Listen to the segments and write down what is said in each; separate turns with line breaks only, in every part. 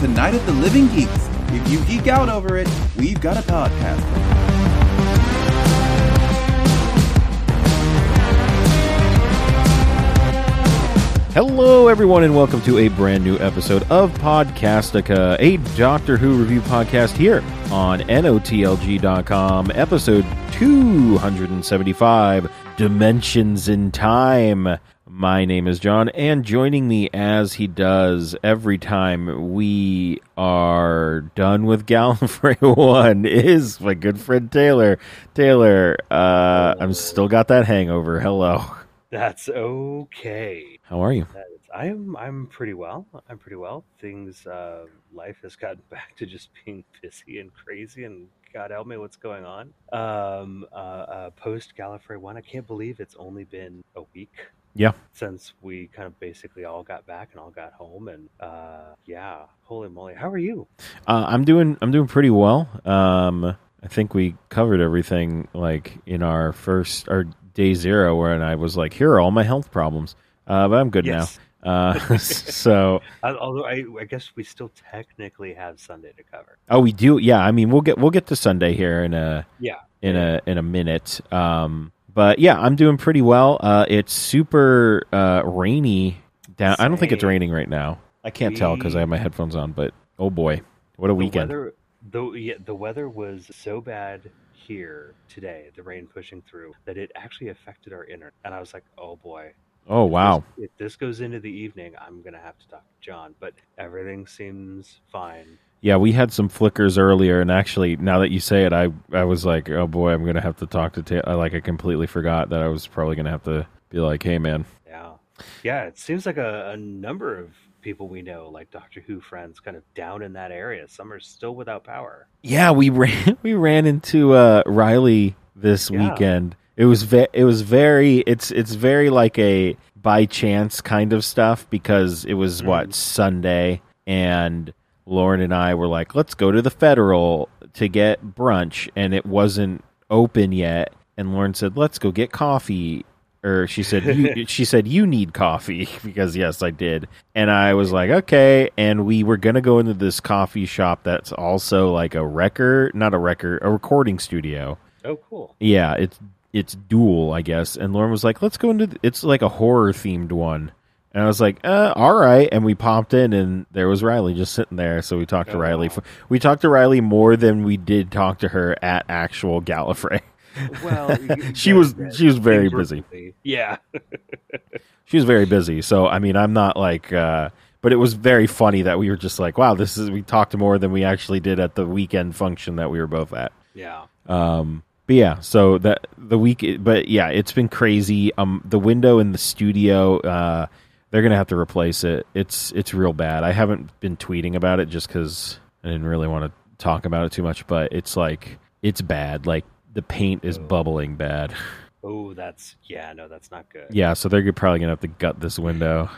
to Night of the Living Geeks. If you geek out over it, we've got a podcast.
Hello, everyone, and welcome to a brand new episode of Podcastica, a Doctor Who review podcast here on NOTLG.com, episode 275 Dimensions in Time. My name is John, and joining me as he does every time we are done with Gallifrey 1 is my good friend Taylor. Taylor, uh, I'm still got that hangover. Hello.
That's okay.
How are you?
That is- I'm I'm pretty well. I'm pretty well. Things uh, life has gotten back to just being busy and crazy, and God help me, what's going on? Um, uh, uh, Post Gallifrey one, I can't believe it's only been a week.
Yeah.
since we kind of basically all got back and all got home, and uh, yeah, holy moly, how are you?
Uh, I'm doing I'm doing pretty well. Um, I think we covered everything like in our first our day zero, where I was like, here are all my health problems, uh, but I'm good now. Uh, so
Uh, although I, I guess we still technically have Sunday to cover.
oh, we do. Yeah, I mean we'll get we'll get to Sunday here in a
Yeah.
in a in a minute. Um, but yeah, I'm doing pretty well. Uh, it's super uh, rainy down. I don't think it's
Same.
raining right now. I can't 'cause tell because I have my headphones on. But oh boy, what a weekend!
The weather, the, yeah, the weather was so bad here today, the rain pushing through, that it actually affected our internet. And I was like, oh boy.
Oh wow.
This- if this goes into the evening, I'm going to have to talk to John. But everything seems fine.
Yeah, we had some flickers earlier, and actually, now that you say it, I I was like, oh boy, I'm gonna have to talk to Taylor. I like, I completely forgot that I was probably gonna have to be like, hey man,
Yeah. Yeah, it seems like a, a number of people we know, like Doctor Who friends, kind of down in that area. Some are still without power.
yeah, we ran we ran into uh, Riley this
Yeah.
weekend. It was ve- it was very it's it's very like a by chance kind of stuff because it was what Sunday and Lauren and I were like, let's go to the Federal to get brunch, and it wasn't open yet. And Lauren said, let's go get coffee. Or she said, you, she said you need coffee because yes, I did. And I was like, okay. And we were gonna go into this coffee shop that's also like a record, not a record, a recording studio.
Oh, cool.
Yeah, it's it's dual, I guess. And Lauren was like, "Let's go into th- it's like a horror themed one." And I was like, uh, "All right." And we popped in, and there was Riley just sitting there. So we talked to
Oh,
Riley.
wow.
For, we talked to Riley more than we did talk to her at actual Gallifrey.
Well,
She
yeah,
was-
yeah,
she was very
things were
busy.
Yeah.
She was very busy, so I mean, I'm not like. Uh, but it was very funny that we were just like, "Wow, this is." We talked more than we actually did at the weekend function that we were both at.
Yeah.
Um, but yeah, so that the week, but yeah, it's been crazy. Um, the window in the studio, uh, they're gonna have to replace it. It's it's real bad. I haven't been tweeting about it just because I didn't really want to talk about it too much. But it's like it's bad. Like the paint is
Oh.
bubbling bad.
Oh, that's yeah. No, that's not good.
Yeah, so they're probably gonna have to gut this window.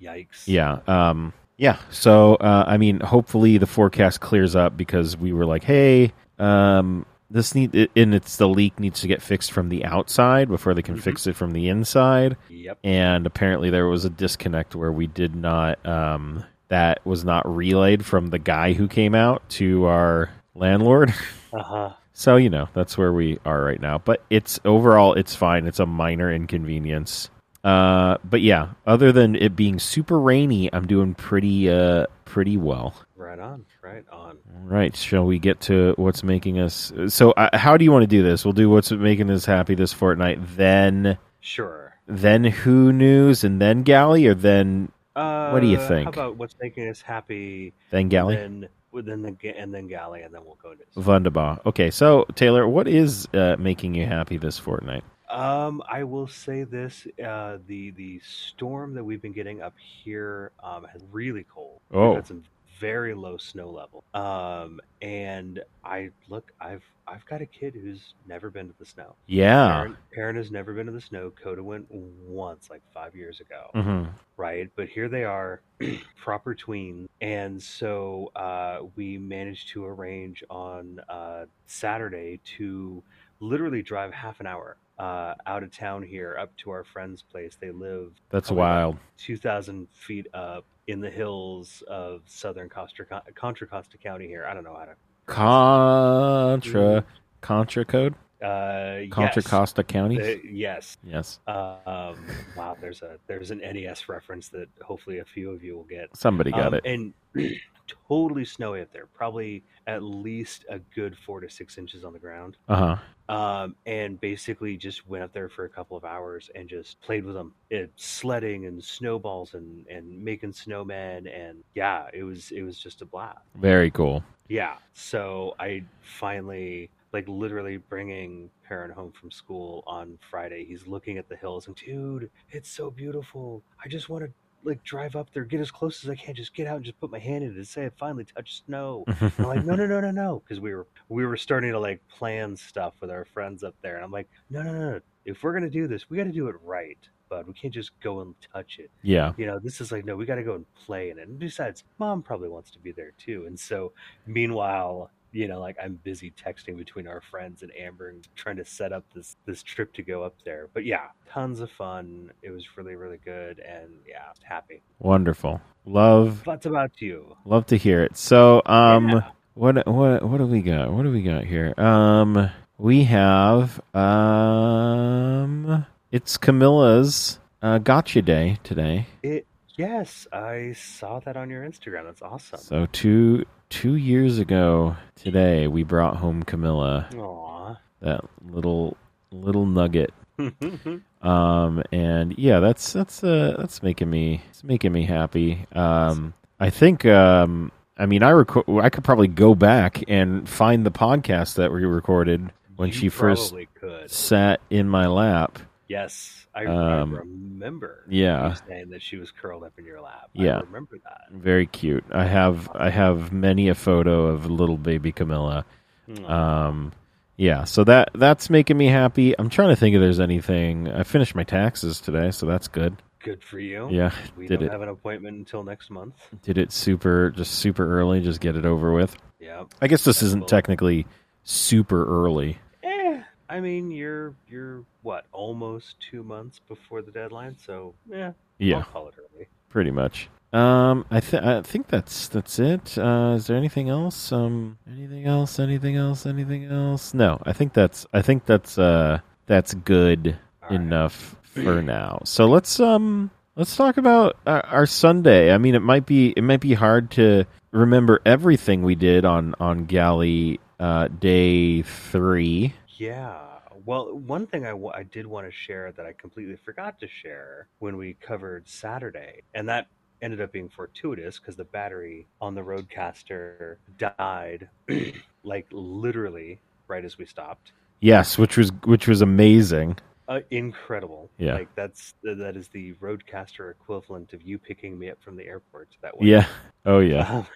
Yikes.
Yeah. Um, yeah. So, uh, I mean, hopefully the forecast clears up because we were like, hey, um, this need it- and it's the leak needs to get fixed from the outside before they can
Mhm.
fix it from the inside.
Yep.
And apparently there was a disconnect where we did not um, that was not relayed from the guy who came out to our landlord.
Uh huh.
So you know that's where we are right now. But it's overall it's fine. It's a minor inconvenience. Uh, but yeah, other than it being super rainy, I'm doing pretty uh pretty well.
Right on. Right on.
All right, shall we get to what's making us? So uh, how do you want to do this? We'll do what's making us happy this fortnight, then
Sure.
then who news, and then galley, or then
Uh,
do you
How
think?
about what's making us happy?
then galley.
Then, well, then the ga- and then galley, and then we'll go to.
Wunderbar. Okay, so Taylor, what is uh, making you happy this fortnight?
Um, I will say this: uh, the the storm that we've been getting up here um, has really cold.
Oh.
We've had some very low snow level. Um, and I look, I've I've got a kid who's never been to the snow.
Yeah.
Aaron, Aaron has never been to the snow. Coda went once, like five years ago,
hmm
right? But here they are, proper tweens. And so uh, we managed to arrange on uh, Saturday to literally drive half an hour uh, out of town here up to our friend's place. They live
That's
Oh, yeah.
wild.
2,000 feet up in the hills of southern Costa, Contra Costa County here. I don't know how to.
Contra Contra code?
Uh,
Contra
yes.
Costa County?
The- yes.
yes.
Uh, um, wow, there's a there's an NES reference that hopefully a few of you will get.
Somebody got
Um,
it.
And totally snowy up there, probably at least a good four to six inches on the ground.
Uh huh.
um, and basically just went up there for a couple of hours and just played with them. It sledding and snowballs and and making snowmen and yeah, it was it was just a blast.
Very cool.
Yeah, so I finally like literally bringing Perrin home from school on Friday. He's looking at the hills and dude, it's so beautiful. I just want to like drive up there, get as close as I can, just get out and just put my hand in it and say I finally touched snow. I'm like, no, no, no, no, no, because we were we were starting to like plan stuff with our friends up there, and I'm like, no, no, no, no. If we're gonna do this, we got to do it right, bud. We can't just go and touch it.
yeah.
You know, this is like, no, we got to go and play in it. And besides, mom probably wants to be there too. And so, meanwhile, you know, like I'm busy texting between our friends and Amber and trying to set up this this trip to go up there. But yeah, tons of fun. It was really, really good, and yeah, happy.
Wonderful. Love
Thoughts about you?
love to hear it. So um
Yeah.
what what what do we got? What do we got here? Um we have um it's Camilla's uh gotcha day today.
It yes, I saw that on your Instagram. That's awesome.
So two two years ago today we brought home Camilla
Aw.
that little little nugget. Um and yeah, that's that's uh that's making me it's making me happy. Um I think um I mean I record I could probably go back and find the podcast that we recorded when
You
she first
probably could.
sat in my lap.
Yes, I,
Um,
I remember.
yeah.
you saying that she was curled up in your lap.
Yeah.
I remember that.
Very cute. I have I have many a photo of little baby Camilla.
Aw.
Um, yeah, so that that's making me happy. I'm trying to think if there's anything. I finished my taxes today, so that's good.
Good for you.
Yeah,
we
did
don't
it
have an appointment until next month.
did it super just super early. Just get it over with.
Yeah.
I guess this isn't
Cool.
technically super early.
Eh, I mean, you're you're what almost two months before the deadline, so yeah, I'll
Yeah,
call it early.
pretty much. Um, I th- I think that's that's it. Uh, is there anything else? Um, anything else? Anything else? Anything else? No, I think that's I think that's uh that's good.
All right.
enough for now. So let's um let's talk about our, our Sunday. I mean, it might be it might be hard to remember everything we did on on Galley uh, day three.
Yeah. Well, one thing I wa- I did want to share that I completely forgot to share when we covered Saturday, and that ended up being fortuitous because the battery on the Roadcaster died, like literally right as we stopped.
Yes, which was which was amazing.
Uh, incredible.
Yeah.
Like that's that is the Roadcaster equivalent of you picking me up from the airport that way.
Yeah. Oh yeah.
Um,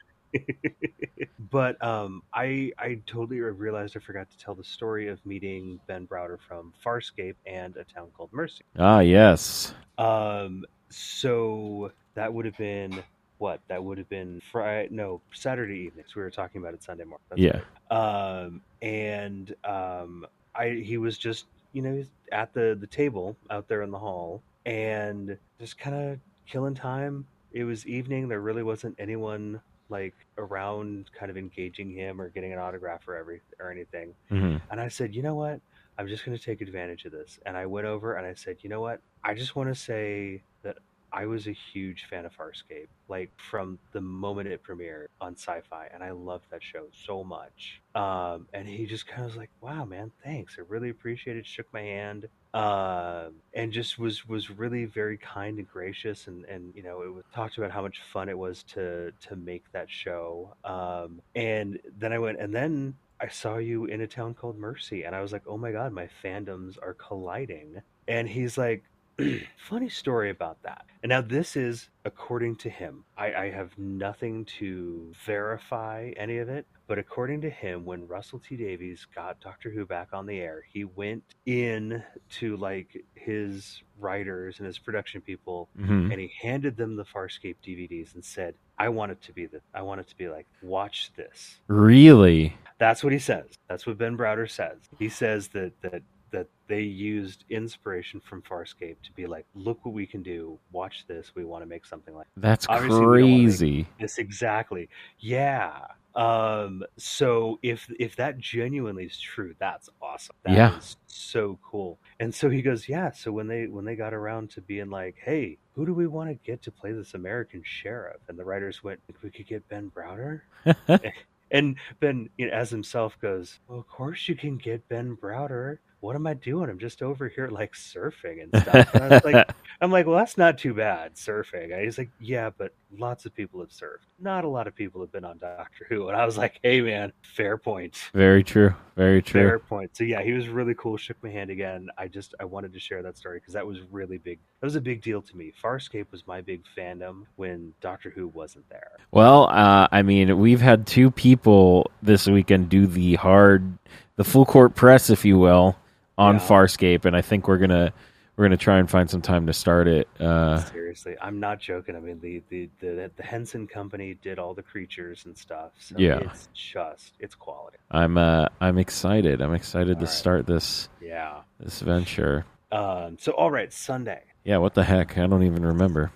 but um, I I totally realized I forgot to tell the story of meeting Ben Browder from Farscape and a town called Mercy.
Ah yes.
Um, so that would have been what? That would have been Friday? No, Saturday evening. 'cause we were talking about it Sunday morning. That's
Yeah.
um, and um, I he was just you know he's at the the table out there in the hall and just kind of killing time. It was evening. There really wasn't anyone like around, kind of engaging him or getting an autograph or every or anything.
Mhm.
And I said, you know what? I'm just going to take advantage of this. And I went over and I said, you know what? I just want to say that I was a huge fan of Farscape, like from the moment it premiered on sci fi. And I loved that show so much. Um, and he just kind of was like, wow, man, thanks. I really appreciate it. Shook my hand. Um, and just was was really very kind and gracious and and you know it was talked about how much fun it was to to make that show um and then i went and then i saw you in a town called mercy and i was like oh my god my fandoms are colliding and he's like funny story about that and now this is according to him I, I have nothing to verify any of it but according to him when russell t davies got doctor who back on the air he went in to like his writers and his production people
Mhm.
and he handed them the farscape dvds and said i want it to be that i want it to be like watch this
Really?
that's what he says. That's what Ben Browder says. He says that that that they used inspiration from Farscape to be like, look what we can do. Watch this. We want to make something like
That's
Obviously, we don't wanna make-
crazy.
this exactly. Yeah. Um. So if if that genuinely is true, that's awesome. That
Yeah.
is so cool. And so he goes, yeah. So when they when they got around to being like, hey, who do we want to get to play this American sheriff? And the writers went, if we could get Ben Browder. And Ben, you know, as himself, goes, well, of course you can get Ben Browder. What am I doing? I'm just over here like surfing and stuff. And I was like, I'm like, well, that's not too bad surfing. And he's like, yeah, but lots of people have surfed. Not a lot of people have been on Doctor Who. And I was like, hey, man, fair point.
Very true. Very true.
Fair point. So yeah, he was really cool. Shook my hand again. I just I wanted to share that story because that was really big. That was a big deal to me. Farscape was my big fandom when Doctor Who wasn't there.
Well, uh, I mean, we've had two people this weekend do the hard, the full court press, if you will, on
Yeah.
Farscape, and I think we're gonna we're gonna try and find some time to start it. Uh,
Seriously, I'm not joking. I mean, the the, the the Henson Company did all the creatures and stuff. So
Yeah.
it's just it's quality.
I'm uh, I'm excited. I'm excited to
Alright.
start this
Yeah.
this venture.
Um. So all right, Sunday.
Yeah, what the heck? I don't even remember.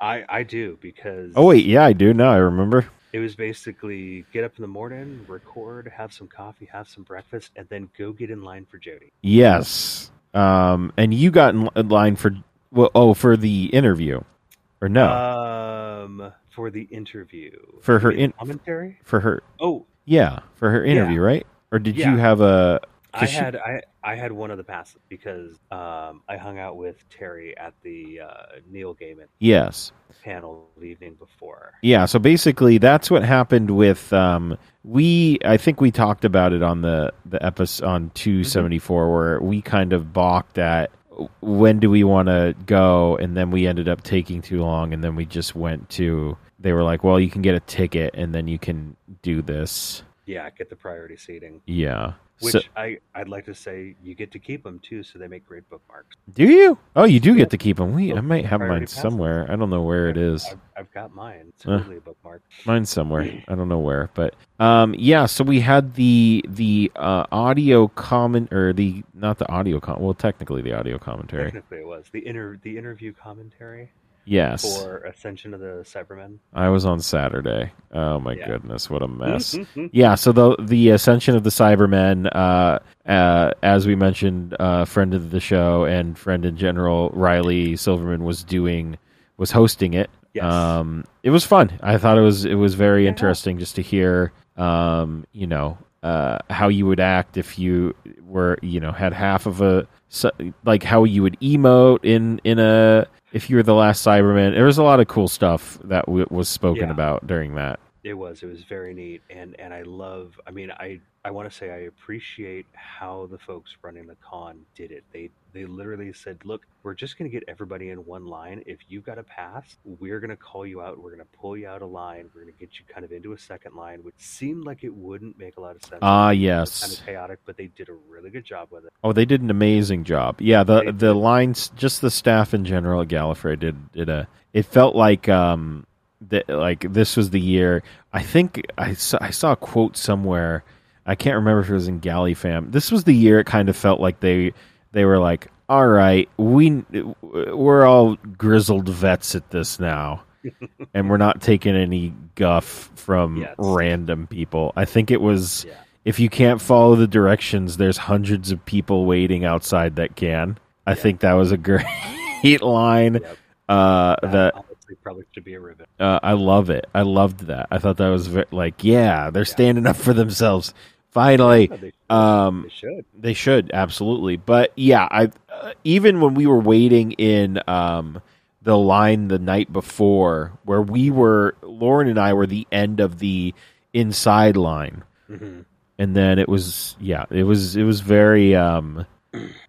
I I do because
Oh wait, yeah, I do now. I remember.
It was basically get up in the morning, record, have some coffee, have some breakfast, and then go get in line for Jody.
Yes. Um, and you got in in line for well, oh for the interview, or no,
Um, for the Uh, interview.
For her
You mean
in-
commentary.
for her.
Oh,
Yeah, for her interview, right? Or did
Yeah.
you have a?
I
'cause she-
had I I had one of the passes because um I hung out with Terry at the uh, Neil Gaiman
Yes.
panel the evening before.
Yeah, so basically that's what happened with um we I think we talked about it on the the episode on
Mm-hmm.
274 where we kind of balked at when do we want to go and then we ended up taking too long and then we just went to they were like, "Well, you can get a ticket and then you can do this."
Yeah, get the priority seating,
Yeah.
which
so,
I I'd like to say you get to keep them too, so they make great bookmarks.
do you? Oh, you do get to keep them. Wait, I might have
Priority
mine
passes.
somewhere. I don't know where it is. Uh.
I've, I've got mine. It's
Huh.
totally a bookmark.
Mine's somewhere. I don't know where, but um, yeah. So we had the the uh, audio comment or the not the audio com. Well, technically the audio commentary.
Technically, it was the inter the interview commentary
Yes,
for Ascension of the Cybermen.
I was on Saturday. Oh my
Yeah.
goodness, what a mess.
Mhm.
Yeah, so the the ascension of the Cybermen, uh, uh, as we mentioned, uh, friend of the show and friend in general, Riley Silverman was doing was hosting it.
Yes.
Um, it was fun. I thought it was it was very
Yeah.
interesting just to hear, um, you know, uh, how you would act if you were, you know, had half of a so- like how you would emote in in a if you were the last Cyberman. There was a lot of cool stuff that w- was spoken
Yeah.
about during that.
It was. It was very neat, and and I love. I mean, I I want to say I appreciate how the folks running the con did it. They they literally said, "Look, we're just going to get everybody in one line. If you've got a pass, we're going to call you out. We're going to pull you out of line. We're going to get you kind of into a second line," which seemed like it wouldn't make a lot of sense.
Ah,
It was kind
yes.
of chaotic, but they did a really good job with it.
Oh, they did an amazing job. Yeah,
They
the
did.
the lines, just the staff in general at Gallifrey did did a. It felt like um, that like this was the year. I think I saw, I saw a quote somewhere. I can't remember if it was in Gallifam. This was the year it kind of felt like they they were like, all right, we we're all grizzled vets at this now, and we're not taking any guff from
Yes.
random people. I think it was
Yeah.
if you can't follow the directions, there's hundreds of people waiting outside that can. I
Yeah.
think that was a great line.
Yep.
Uh, that
honestly probably should be a ribbon.
uh, I love it. I loved that. I thought that was ve like, yeah, they're
Yeah.
standing up for themselves. Finally,
Yeah, they,
um,
they should.
they should absolutely. But yeah, I uh, even when we were waiting in um, the line the night before, where we were, Lauren and I were the end of the inside line
hmm
and then it was yeah it was it was very um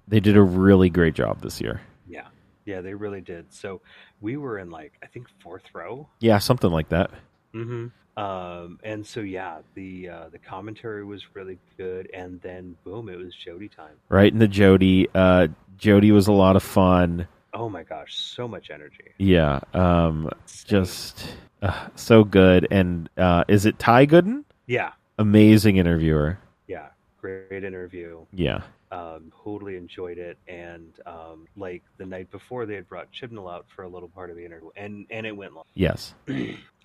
they did a really great job this year
Yeah, yeah, they really did. So we were in like I think fourth row.
yeah something like that
Mm-hmm. Um, and so yeah, the uh, the commentary was really good, and then boom, it was Jody time.
right in the jody uh jody was a lot of fun
Oh my gosh, so much energy.
yeah um just uh, so good and uh is it ty gooden
yeah,
amazing interviewer
yeah, great interview.
yeah
um, totally enjoyed it. And um, like the night before, they had brought Chibnall out for a little part of the interview, and and it went long.
Yes.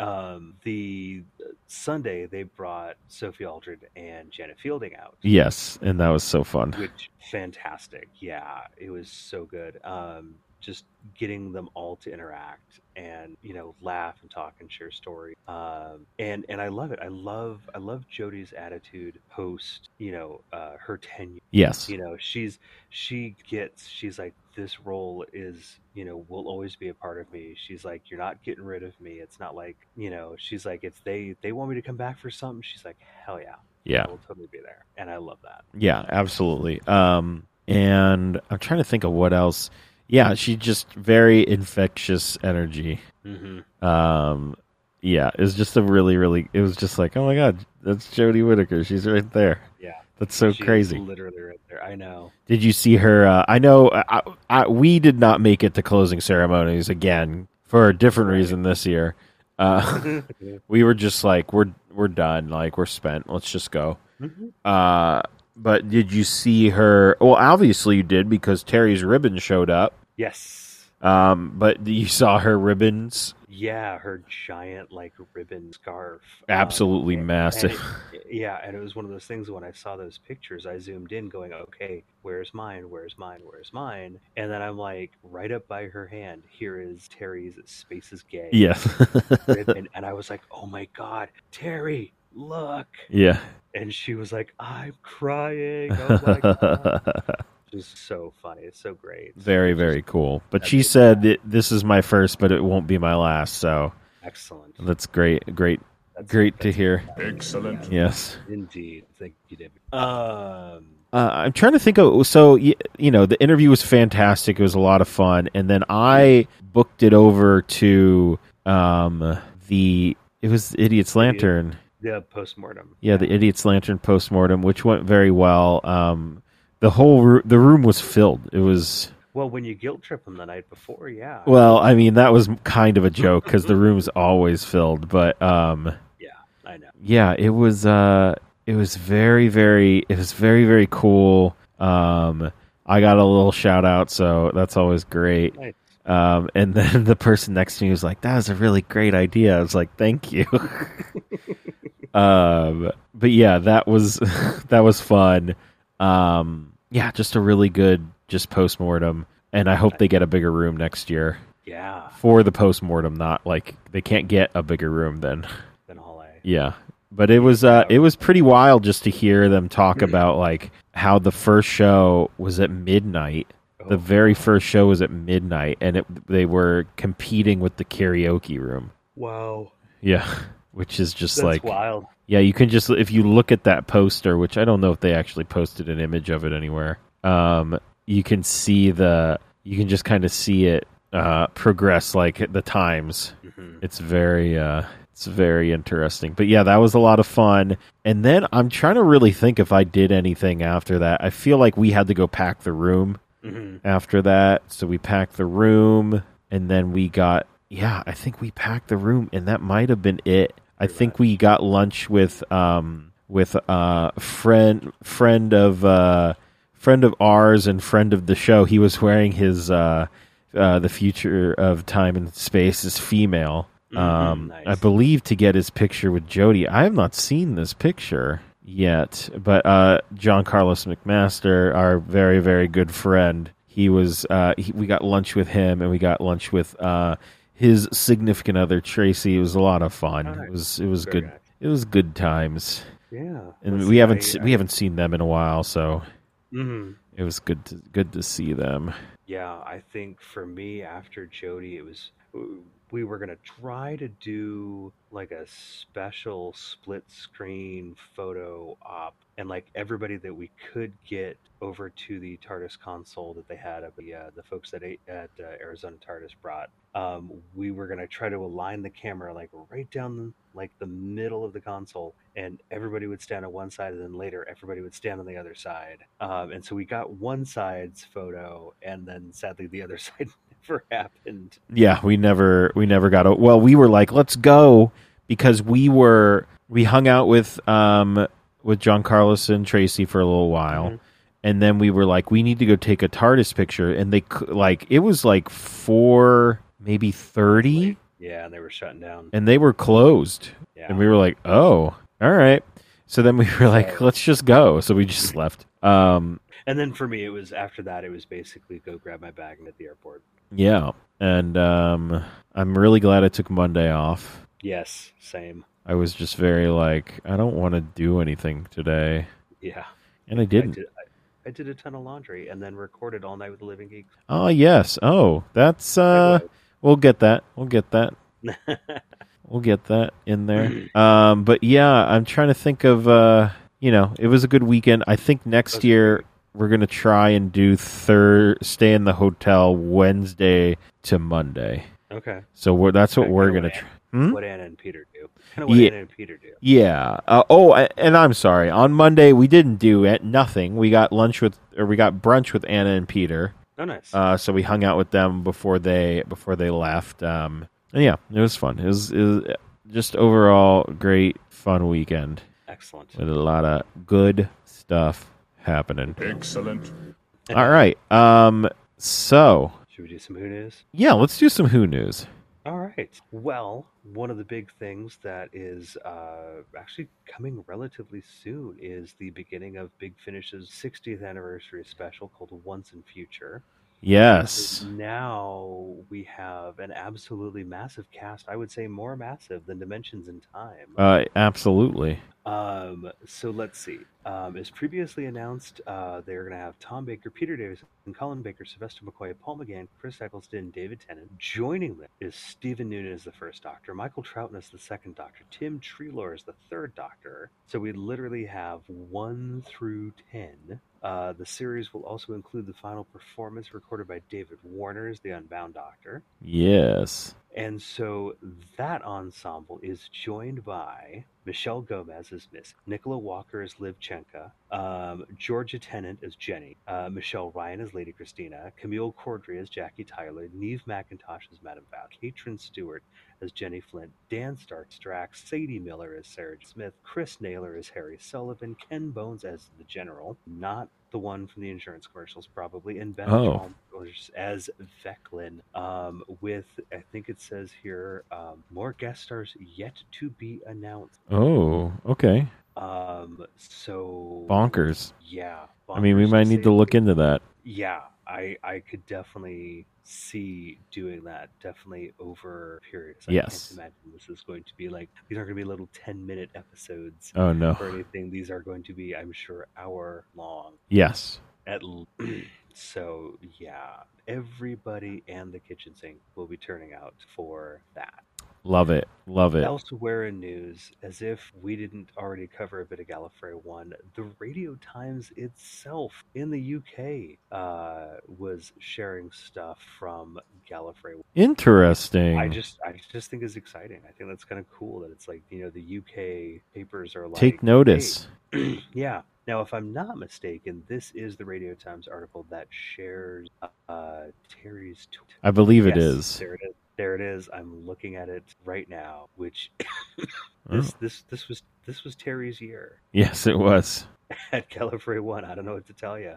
Um, the Sunday they brought Sophie Aldred and Janet Fielding out,
Yes, and that was so fun.
which fantastic. Yeah, it was so good. Um, just getting them all to interact and you know laugh and talk and share story. Um, and and I love it. I love I love Jody's attitude post you know uh, her tenure
Yes.
you know she's she gets she's like this role is you know will always be a part of me she's like you're not getting rid of me it's not like you know she's like if they they want me to come back for something she's like hell yeah
Yeah.
i will totally be there and i love that
Yeah, absolutely. Um, and I'm trying to think of what else. Yeah, she just very infectious energy.
mm-hmm.
Um, yeah, it was just a really, really. It was just like, oh my god, that's Jodie Whittaker. She's right there.
yeah
That's so
She's
crazy.
literally right there i know
Did you see her? Uh, I know I, I, we did not make it to closing ceremonies again for a different reason this year. Uh,
Mhm.
we were just like, we're we're done. Like we're spent. Let's just go.
Mm-hmm.
Uh, but did you see her? Well, obviously you did because Terry's ribbon showed up.
yes
Um, but you saw her ribbons,
yeah her giant like ribbon scarf um,
absolutely
And
massive.
it- yeah, and it was one of those things when I saw those pictures, I zoomed in going, okay, where's mine? Where's mine? Where's mine? And then I'm like, right up by her hand, here is Terry's Space is Gay.
Yes.
ribbon. and I was like, oh my God, Terry, look.
yeah.
And she was like, I'm crying. Oh my God. Just so funny. It's so great.
very
Just
very cool. But she
That's-
said that this is my first, but it won't be my last. So
Excellent.
that's great. Great.
That's-
Great to
that's-
hear.
Excellent.
Yes.
Indeed. Thank you, David. Um,
Uh, I'm trying to think of so y- you know the interview was fantastic. It was a lot of fun, and then I booked it over to um, the it was Idiot's Lantern,
the postmortem.
yeah, the Idiot's Lantern postmortem, which went very well. Um, the whole ro- the room was filled. It was
Well, when you guilt trip him the night before, yeah.
well, I mean that was kind of a joke because the room's always filled, but um,
I know.
yeah it was uh it was very very it was very very cool um i got a little shout out so that's always great
Nice.
um and then the person next to me was like that was a really great idea i was like thank you um but yeah that was that was fun um yeah just a really good just post-mortem and i hope they get a bigger room next year
Yeah,
for the post-mortem not like they can't get a bigger room then
than all I.
yeah. But it was uh, it was pretty wild just to hear them talk
Mm-hmm.
about like how the first show was at midnight.
Oh.
The very first show was at midnight, and it, they were competing with the karaoke room.
wow,
Yeah, which is just
that's
like
wild.
yeah, you can just if you look at that poster, which I don't know if they actually posted an image of it anywhere. Um, you can see the you can just kind of see it uh, progress like at the times
Mhm.
it's very uh it's very interesting but yeah that was a lot of fun and then i'm trying to really think if i did anything after that i feel like we had to go pack the room
Mhm.
after that so we packed the room and then we got yeah i think we packed the room and that might have been it i
Pretty
think
much.
we got lunch with um with uh friend friend of uh friend of ours and friend of the show he was wearing his uh uh the future of time and space is female
Mhm,
um,
nice.
I believe to get his picture with Jody. I have not seen this picture yet, but uh, John Carlos McMaster, our very very good friend, he was. Uh, he, we got lunch with him, and we got lunch with uh, his significant other Tracy. It was a lot of fun.
All right.
It was it was
Very
good.
nice.
It was good times,
Yeah,
and
Let's
we
see,
haven't
I-
se- we haven't seen them in a while, so
Mhm.
it was good to good to see them.
Yeah, I think for me after Jody, it was we were gonna try to do like a special split screen photo op, and like everybody that we could get over to the TARDIS console that they had at the uh, the folks that ate at uh, Arizona TARDIS brought. Um, we were gonna try to align the camera like right down the, like the middle of the console, and everybody would stand on one side, and then later everybody would stand on the other side. Um, and so we got one side's photo, and then sadly the other side never happened.
yeah we never we never got o- well we were like let's go because we were we hung out with um with john carlos and tracy for a little while
Mhm.
and then we were like, we need to go take a TARDIS picture, and they cou- like it was like four, maybe thirty,
Yeah, and they were shutting down.
and they were closed,
Yeah.
and we were like, oh, all right. So then we were like, let's just go. So we just left. Um,
And then for me, it was after that. It was basically go grab my bag and at the airport.
yeah, and um, I'm really glad I took Monday off.
Yes, same.
I was just very like, I don't want to do anything today,
Yeah,
and I didn't.
I did, I, I did a ton of laundry and then recorded all night with the Living Geeks.
Oh yes. Oh, that's uh we'll get that. We'll get that. We'll get that in there. Um but yeah, I'm trying to think of uh you know, it was a good weekend. I think next
That's
year we're going to try and do thir- stay in the hotel Wednesday to Monday.
okay,
So we're, that's what
Okay,
we're
kinda
going to
what I
try. Hmm?
what Anna and Peter do? Kind of what
Yeah.
Anna and Peter do.
Yeah. Uh, oh, a- and I'm sorry. On Monday we didn't do it, nothing. We got lunch with or we got brunch with Anna and Peter.
Oh, nice.
Uh, so we hung out with them before they before they left. Um, and yeah, it was fun. It was, it was uh, just overall great fun weekend
Excellent.
with a lot of good stuff happening.
Excellent.
All right. Um, so
Should we do some who news?
yeah, let's do some Who news.
All right. Well, one of the big things that is uh, actually coming relatively soon is the beginning of Big Finish's 60th anniversary special called Once in Future.
Yes.
Now we have an absolutely massive cast. I would say more massive than Dimensions in Time.
Uh, absolutely.
Um, so let's see. Um, as previously announced, uh, they're going to have Tom Baker, Peter Davison, Colin Baker, Sylvester McCoy, Paul McGann, Chris Eccleston, David Tennant. Joining them is Stephen Noonan as the first Doctor, Michael Troughton as the second Doctor, Tim Treelor as the third Doctor. So we literally have one through ten. Uh, the series will also include the final performance recorded by David Warner as the Unbound Doctor.
Yes.
And so that ensemble is joined by Michelle Gomez as Miss, Nicola Walker as Livchenka, um, Georgia Tennant as Jenny, uh, Michelle Ryan as Lady Christina, Camille Cordry as Jackie Tyler, Neve McIntosh as Madame Vath, Katrin Stewart as Jenny Flint, Dan Starkstrack, Sadie Miller as Sarah Smith, Chris Naylor as Harry Sullivan, Ken Bones as the General, not the one from the insurance commercials, probably, and Ben
Oh.
Chalmers actors as Veclin, um, with I think it says here um, more guest stars yet to be announced.
Oh, okay.
Um, so
Bonkers.
Yeah,
I mean, we
bonkers
might need to
say-
look into that.
Yeah, I I could definitely see doing that. Definitely over periods. I
Yes.
can't imagine this is going to be like these aren't going to be little ten minute episodes
Oh no.
or anything. These are going to be, I'm sure, hour long
Yes.
at l- so yeah everybody and the kitchen sink will be turning out for that
Love it. Love it.
elsewhere in news as if we didn't already cover a bit of gallifrey 1 the radio times itself in the uk uh, was sharing stuff from gallifrey
Interesting.
i just i just think is exciting i think that's kind of cool that it's like you know the uk papers are like
Take
"Hey,
notice.
yeah. Now, if I'm not mistaken, this is the Radio Times article that shares uh, Terry's tweet.
I believe it
Yes,
is.
There it is. There it is. I'm looking at it right now. Which
Oh.
this this this was this was Terry's year
Yes, it was.
at Califrey One. I don't know what to tell you.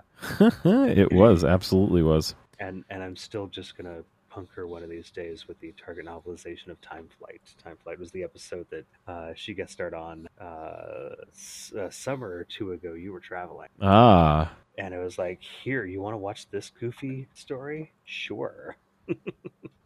it was absolutely was.
And and I'm still just gonna punker one of these days with the target novelization of Time Flight. Time Flight was the episode that uh, she guest starred on uh, s- a summer or two ago. You were traveling.
Ah,
and it was like, "Here, you want to watch this goofy story? Sure,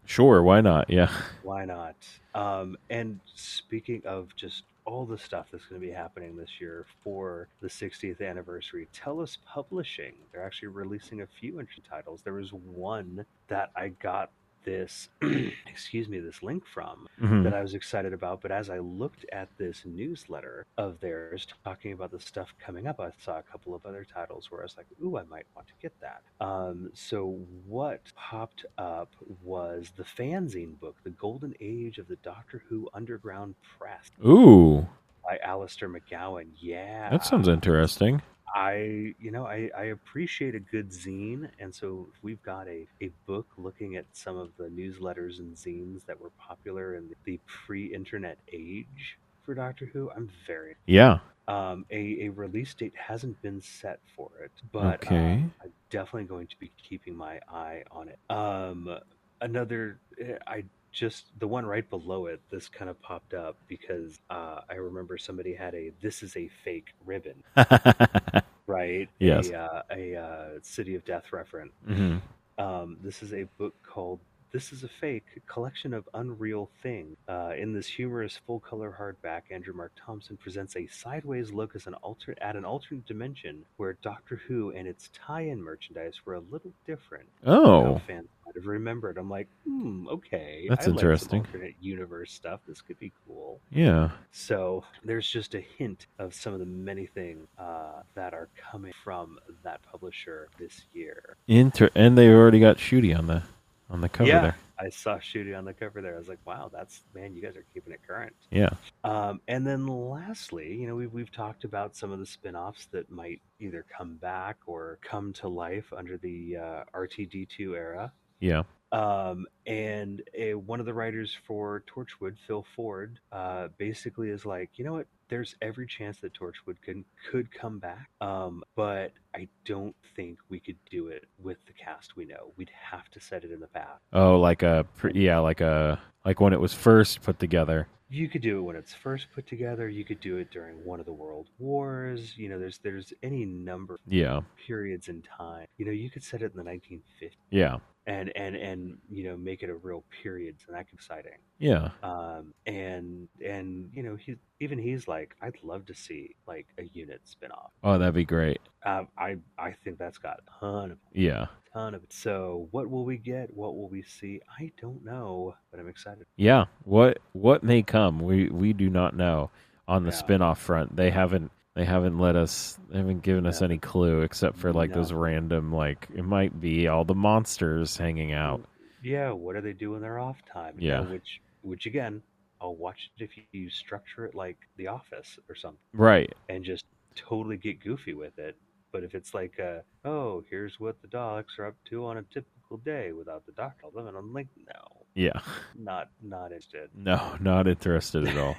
sure, why not? Yeah.
why not?" Um, and speaking of just all the stuff that's going to be happening this year for the 60th anniversary, Tellus Publishing, they're actually releasing a few interesting titles. There was one that I got this, excuse me, this link from,
Mhm.
that I was excited about. But as I looked at this newsletter of theirs talking about the stuff coming up, I saw a couple of other titles where I was like, ooh, I might want to get that. Um, so what popped up was the fanzine book, The Golden Age of the Doctor Who Underground Press
Ooh,
by Alistair McGowan. Yeah.
that sounds interesting.
I, you know, I, I appreciate a good zine, and so if we've got a, a book looking at some of the newsletters and zines that were popular in the pre-internet age for Doctor Who. I'm very
Yeah.
Um, a, a release date hasn't been set for it, but
Okay.
um, I'm definitely going to be keeping my eye on it. Um, another, eh, I just the one right below it. This kind of popped up because uh, I remember somebody had a "This is a fake" ribbon, Mm-hmm. right?
Yes.
A, uh, a uh, City of Death reference.
Mhm.
Um, this is a book called This is a Fake a Collection of Unreal Things. Uh, in this humorous full color hardback, Andrew Mark Thompson presents a sideways look as an alter- at an alternate dimension where Doctor Who and its tie in merchandise were a little different. than how
Oh,
Fans might have remembered. I'm like, hmm, okay.
That's
I like some
interesting.
alternate universe stuff. This could be cool.
yeah.
So there's just a hint of some of the many things uh, that are coming from that publisher this year.
Inter- and they already got Shooty on the on the cover
Yeah.
there.
I saw Shooty on the cover there. I was like, wow, that's man, you guys are keeping it current.
Yeah.
Um, and then lastly, you know, we've we've talked about some of the spin-offs that might either come back or come to life under the uh, RTD2 era.
Yeah.
Um, and uh one of the writers for Torchwood, Phil Ford, uh, basically is like, you know what? There's every chance that Torchwood can could come back, um, but I don't think we could do it with the cast we know. We'd have to set it in the past.
Oh, like a pre- yeah, like a like when it was first put together.
you could do it when it's first put together you could do it during one of the world wars you know there's there's any number of
Yeah.
periods in time you know you could set it in the 1950s
Yeah.
and and and you know make it a real period and that's exciting
Yeah.
um and and you know he even he's like i'd love to see like a unit spin-off
Oh, that'd be great.
um, i i think that's got a ton of
Yeah.
ton of so what will we get what will we see i don't know but i'm excited
Yeah. What what may come? We we do not know on the
Yeah.
spin-off front. They haven't they haven't let us they haven't given us
Yeah.
any clue except for like those
No.
random like it might be all the monsters hanging out.
Yeah, what do they do in their off time? You
Yeah.
know, which which again, I'll watch it if you structure it like The Office or something,
Right.
and just totally get goofy with it. But if it's like, uh, oh, here's what the Daleks are up to on a typical day without the Doctor, and I'm like, no,
Yeah.
not not interested.
No, not interested at all.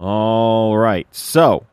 all right. So,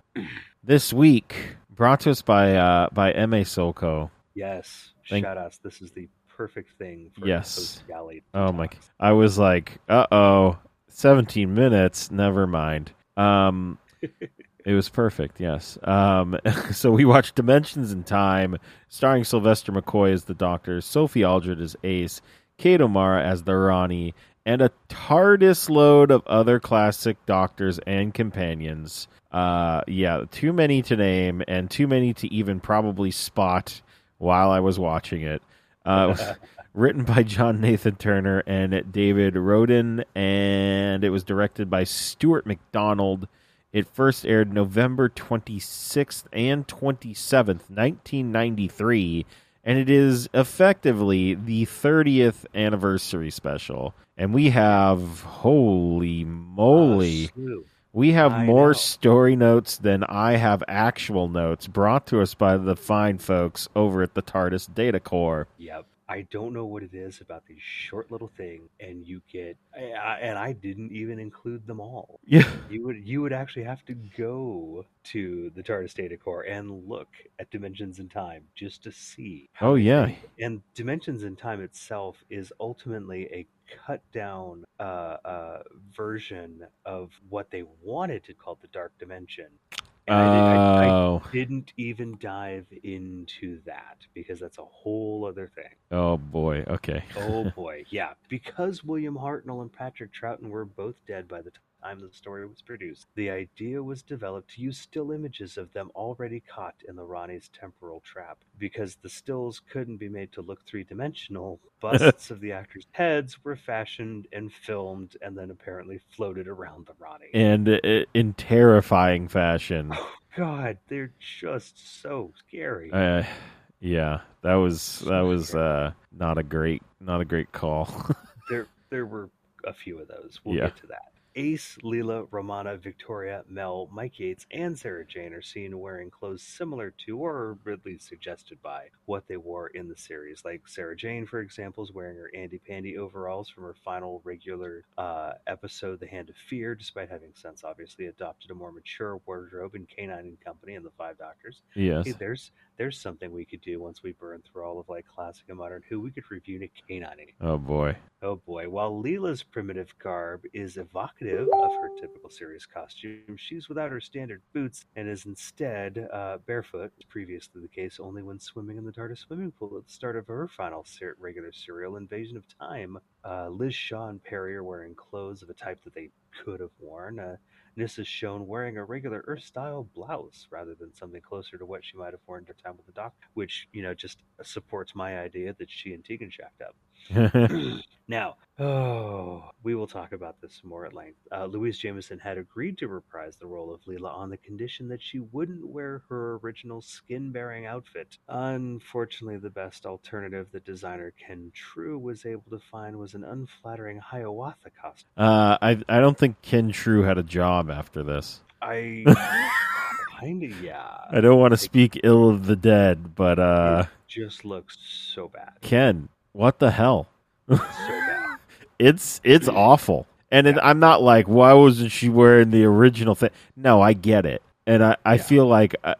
this week brought to us by uh by MA Solco.
Yes,
Thank-
shout outs. This is the perfect thing for
Yes.
galley.
Oh my! I was like, uh oh, seventeen minutes. Never mind. Um, it was perfect. Yes. Um, so we watched Dimensions in Time, starring Sylvester McCoy as the Doctor, Sophie Aldred as Ace, Kate O'Mara as the Ronnie, and a TARDIS load of other classic Doctors and companions. Uh, yeah, too many to name, and too many to even probably spot while I was watching it. Uh, it was- written by John Nathan Turner and David Roden, and it was directed by Stuart McDonald. It first aired November 26th and 27th, 1993, and it is effectively the 30th anniversary special. And we have, holy moly,
Uh,
we have
I
more
know.
story notes than I have actual notes brought to us by the fine folks over at the TARDIS Data Core.
Yep. I don't know what it is about these short little things, and you get, I, I- and I didn't even include them all.
Yeah.
You would you would actually have to go to the TARDIS data core and look at dimensions and time just to see. how
Oh,
many
yeah.
things- And dimensions and time itself is ultimately a cut down uh, uh, version of what they wanted to call the dark dimension. And I, did, I, I
Oh,
didn't even dive into that because that's a whole other thing.
oh boy. Okay.
Oh boy, yeah. Because William Hartnell and Patrick Troughton were both dead by the time the story was produced, the idea was developed to use still images of them already caught in the Ronnie's temporal trap. Because the stills couldn't be made to look three dimensional, busts of the actors' heads were fashioned and filmed and then apparently floated around the Ronnie.
And i in terrifying fashion.
Oh, God, they're just so scary.
Uh, yeah, that was that was uh, not a great not a great call.
there there were a few of those. We'll
Yeah.
get to that. Ace, Leela, Romana, Victoria, Mel, Mike Yates, and Sarah Jane are seen wearing clothes similar to, or at least suggested by, what they wore in the series. Like Sarah Jane, for example, is wearing her Andy Pandy overalls from her final regular uh, episode, The Hand of Fear, despite having since obviously adopted a more mature wardrobe in Canine and Company and The Five Doctors.
Yes.
Hey, there's there's something we could do once we burn through all of like classic and modern Who. We could review Nick Canine.
Oh boy.
Oh boy. While Leela's primitive garb is evocative of her typical series costume, she's without her standard boots and is instead uh, barefoot, as previously the case only when swimming in the TARDIS swimming pool at the start of her final ser- regular serial, Invasion of Time. Uh, Liz Shaw and Perry are wearing clothes of a type that they could have worn. Uh, Nis is shown wearing a regular Earth style blouse rather than something closer to what she might have worn her time with the Doc, which, you know, just supports my idea that she and Tegan shacked up.
Uh,
Now, oh, we will talk about this more at length. Uh, Louise Jameson had agreed to reprise the role of Leela on the condition that she wouldn't wear her original skin bearing outfit. Unfortunately, the best alternative that designer Ken True was able to find was an unflattering Hiawatha costume.
Uh, I I don't think Ken True had a job after this.
I. Kinda, yeah.
I don't want to speak ill of the dead, but uh,
it just looks so bad.
Ken, what the hell?
So bad.
It's it's
Mm-hmm.
awful, and it, I'm not like why wasn't she wearing the original thing? No, I get it, and I, I
Yeah.
feel like uh,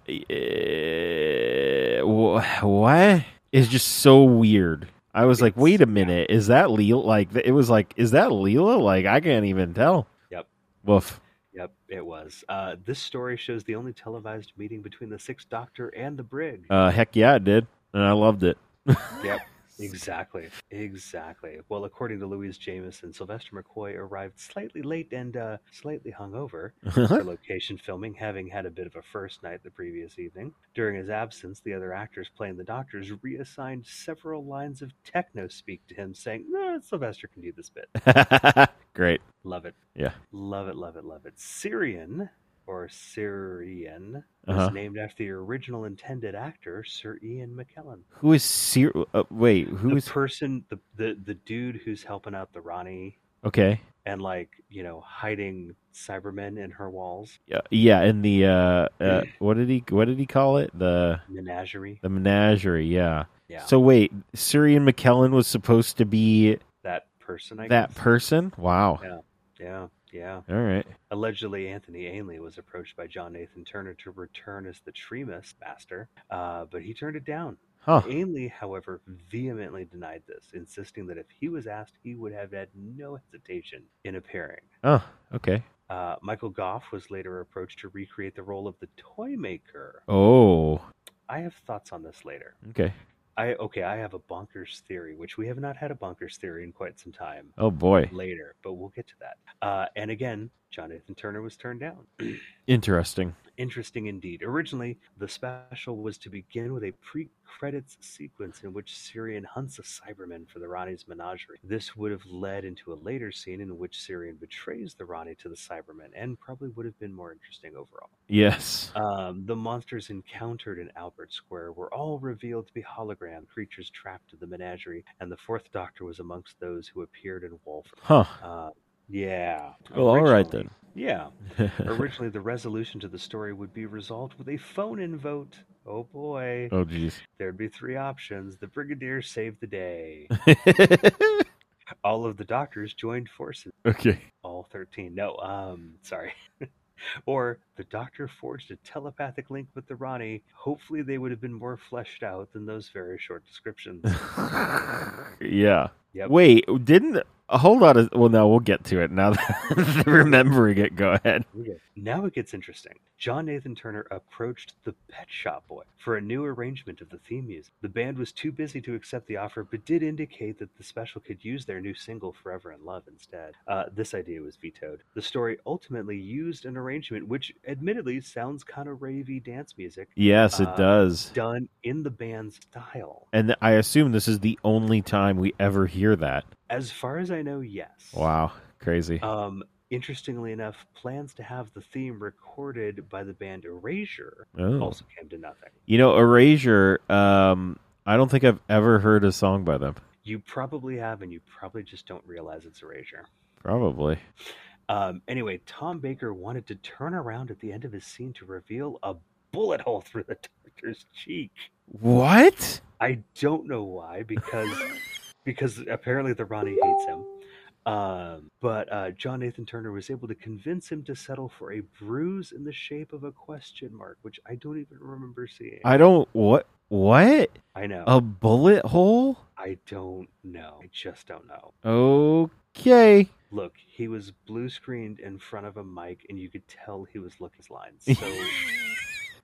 eh, wh- what it's just so weird. I was like,
It's-
wait a
yeah.
minute, is that Leela? Like it was like, is that Leela? Like I can't even tell.
Yep.
Woof.
Yep, it was. Uh, this story shows the only televised meeting between the Sixth Doctor and the Brig.
Uh, heck yeah, it did, and I loved it.
Yep. Exactly. Exactly. Well, according to Louise Jameson, Sylvester McCoy arrived slightly late and uh, slightly hungover for location filming, having had a bit of a first night the previous evening. During his absence, the other actors playing the doctors reassigned several lines of techno speak to him, saying, "No, Sylvester can do this bit."
Great.
Love it.
Yeah.
Love it, love it, love it. Syrian or Syrian was
Uh-huh.
named after the original intended actor, Sir Ian McKellen.
Who is Sir? Uh, wait, who
the
is?
person the, the the dude who's helping out the Ronnie
Okay.
and like, you know, hiding Cybermen in her walls,
Yeah, yeah, in the uh, uh, what did he what did he call it? The
menagerie.
the menagerie. Yeah.
Yeah.
So wait, Syrian McKellen was supposed to be
that person I
that
guess.
person. Wow.
yeah, yeah.
All right.
Allegedly, Anthony Ainley was approached by John Nathan Turner to return as the Tremas master, uh, but he turned it down.
Huh.
Ainley, however, vehemently denied this, insisting that if he was asked, he would have had no hesitation in appearing.
Oh. Okay.
Uh, Michael Goff was later approached to recreate the role of the toy maker.
Oh.
I have thoughts on this later.
Okay.
I okay, I have a bonkers theory, which we have not had a bonkers theory in quite some time.
Oh boy.
Later, but we'll get to that. Uh, and again, Jonathan Turner was turned down.
Interesting.
Interesting indeed. Originally, the special was to begin with a pre credits sequence in which Syrian hunts a Cyberman for the Ronnie's menagerie. This would have led into a later scene in which Syrian betrays the Ronnie to the Cyberman and probably would have been more interesting overall.
Yes.
Um, the monsters encountered in Albert Square were all revealed to be hologram creatures trapped in the menagerie, and the Fourth Doctor was amongst those who appeared in Walford.
Huh.
Uh, yeah.
Well, all right
originally-
then.
Yeah. Originally, the resolution to the story would be resolved with a phone in vote. Oh boy.
oh jeez.
There'd be three options. The Brigadier saved the day. All of the doctors joined forces.
okay.
All 13. No, um, sorry. or the doctor forged a telepathic link with the Ronnie. Hopefully, they would have been more fleshed out than those very short descriptions.
yeah.
Yep.
Wait, didn't hold on? A, well, no, we'll get to it now. That remembering it, go ahead.
Okay. Now it gets interesting. John Nathan Turner approached the Pet Shop Boy for a new arrangement of the theme music. The band was too busy to accept the offer, but did indicate that the special could use their new single Forever in Love instead. Uh, this idea was vetoed. The story ultimately used an arrangement which, admittedly, sounds kind of ravey dance music
Yes, it
Uh,
does.
done in the band's style.
And I assume this is the only time we ever hear that.
As far as I know, yes.
Wow, crazy.
Um, interestingly enough, plans to have the theme recorded by the band Erasure
oh.
also came to nothing.
You know, Erasure, um, I don't think I've ever heard a song by them.
You probably have, and you probably just don't realize it's Erasure.
Probably.
Um, anyway, Tom Baker wanted to turn around at the end of his scene to reveal a bullet hole through the doctor's cheek.
What?
I don't know why, because because apparently the Ronnie hates him. Um, but uh, John Nathan Turner was able to convince him to settle for a bruise in the shape of a question mark, which I don't even remember seeing.
I Oh. don't what what?
I know.
A bullet hole?
I don't know. I just don't know.
Okay.
Look, he was blue screened in front of a mic, and you could tell he was looking his lines. So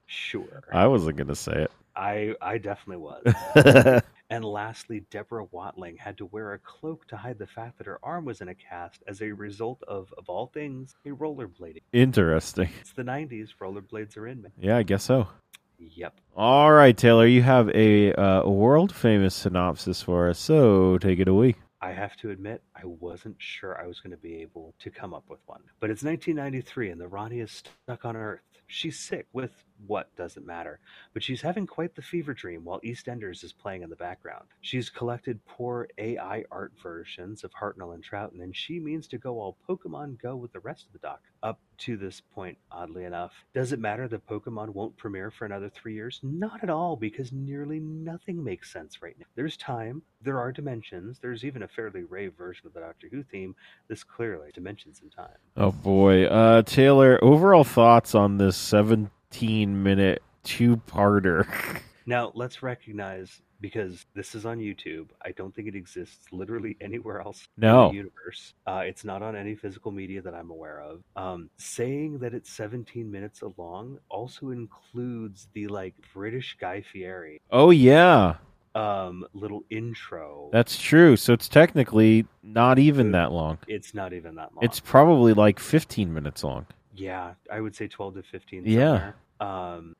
sure,
I wasn't gonna say
I I definitely was.
it.
And lastly, Deborah Watling had to wear a cloak to hide the fact that her arm was in a cast as a result of, of all things, a rollerblading.
Interesting.
It's the 90s, rollerblades are in. man.
Yeah, I guess so.
Yep.
All right, Taylor, you have a uh, world famous synopsis for us, so take it away.
I have to admit, I wasn't sure I was going to be able to come up with one. But it's 1993 and the Ronnie is stuck on Earth. She's sick with what doesn't matter, but she's having quite the fever dream while EastEnders is playing in the background. She's collected poor AI art versions of Hartnell and Trouton, and she means to go all Pokemon Go with the rest of the doc. Up to this point, oddly enough, does it matter that Pokemon won't premiere for another three years? Not at all, because nearly nothing makes sense right now. There's time, there are dimensions, there's even a fairly rave version of the Doctor Who theme. This clearly dimensions in time.
Oh boy, uh, Taylor. Overall thoughts on this seventeen-minute two-parter?
Now, let's recognize because this is on YouTube. I don't think it exists literally anywhere else in
No.
the universe. Uh, it's not on any physical media that I'm aware of. Um, saying that it's 17 minutes long also includes the like British Guy Fieri
Oh yeah,
um, little intro.
that's true. So it's technically not even that long.
it's not even that long.
It's probably like fifteen minutes long.
yeah, I would say 12 to 15.
Yeah.
somewhere. Um,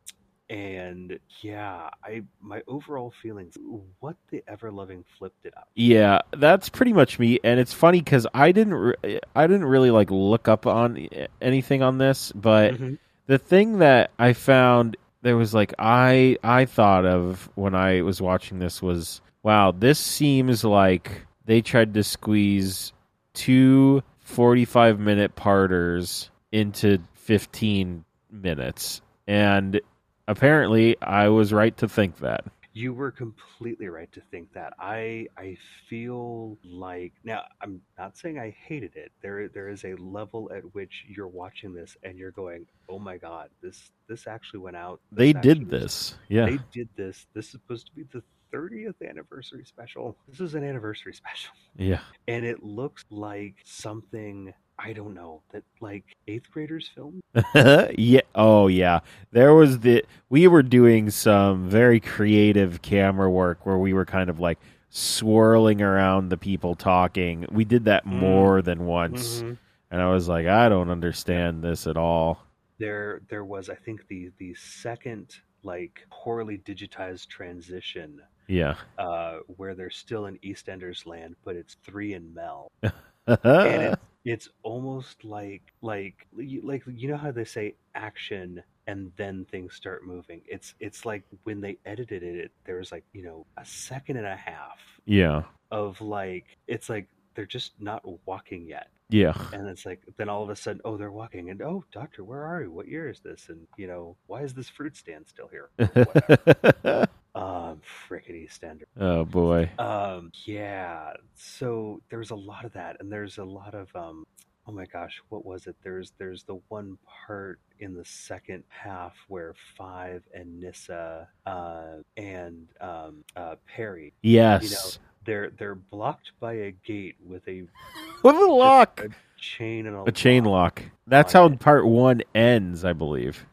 and yeah, I my overall feelings. What the ever loving flipped it up.
Yeah, that's pretty much me, and it's funny because I didn't, re- I didn't really like look up on eh, anything on this, but
Mm-hmm.
the thing that I found there was like I I thought of when I was watching this was wow this seems like they tried to squeeze two 45 minute parters into 15 minutes and apparently I was right to think that
You were completely right to think that. I I feel like now I'm not saying I hated it. There there is a level at which you're watching this and you're going, "Oh my god, this this actually went out. This
they
actually
did
was-
this yeah
They did this. This is supposed to be the 30th anniversary special. This is an anniversary special.
yeah
And it looks like something I don't know that like 8th graders film.
yeah. Oh, yeah. There was the we were doing some very creative camera work where we were kind of like swirling around the people talking. We did that
Mm. Mm-hmm.
more than once, and I was like, I don't understand this at all.
there there was I think the the second like poorly digitized transition
Yeah.
uh, where they're still in EastEnders land, but it's three and Mel, and
yeah.
it's, it's almost like like you- like you know how they say action and then things start moving. It's it's like when they edited it, there was like you know a second and a half
Yeah.
of like it's like they're just not walking yet. And it's like, then all of a sudden, oh, they're walking, and oh, doctor, where are you? What year is this? And you know, why is this fruit stand still here? Or Whatever. um, frickety standard.
oh boy.
Um, yeah. So there's a lot of that, and there's a lot of um. Oh my gosh, what was it? There's there's the one part in the second half where Five and Nissa uh, and um, uh, Perry
Yes.
they're they're blocked by a gate with a
With a lock.
chain and a,
A chain lock. That's how
on it.
part one ends, I believe.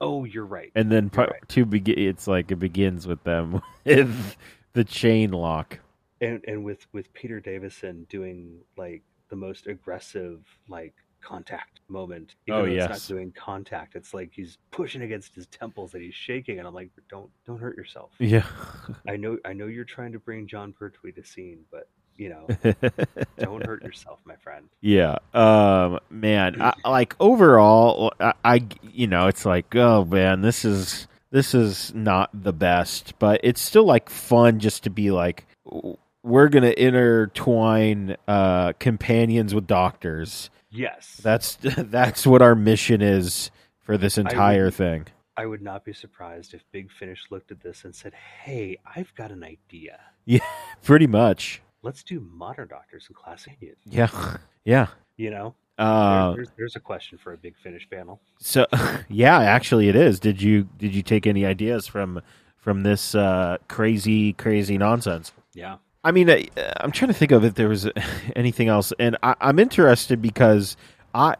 Oh, you're right.
And then part
right.
two begin. It's like it begins with them with the chain lock.
and and with with Peter Davison doing like the most aggressive like contact moment. Even
Oh,
though
yes.
It's not doing contact. It's like he's pushing against his temples and he's shaking, and I'm like, don't don't hurt yourself.
Yeah.
I know I know you're trying to bring John Pertwee to scene, but you know, don't hurt yourself, my friend.
yeah. Um. Man. I, like overall, I, I. You know, it's like, oh man, this is this is not the best, but it's still like fun just to be like, we're gonna intertwine uh companions with doctors
Yes,
That's that's what our mission is for this entire thing.
I would not be surprised if Big Finish looked at this and said, "Hey, I've got an idea.
Pretty much.
Let's do modern doctors and classic idiots."
Yeah. Yeah.
You know,
Uh,
there's, there's a question for a Big Finish panel.
So yeah, actually it is. Did you did you take any ideas from from this uh, crazy crazy nonsense?
Yeah,
I mean, I, I'm trying to think of if there was anything else, and I, I'm interested because I,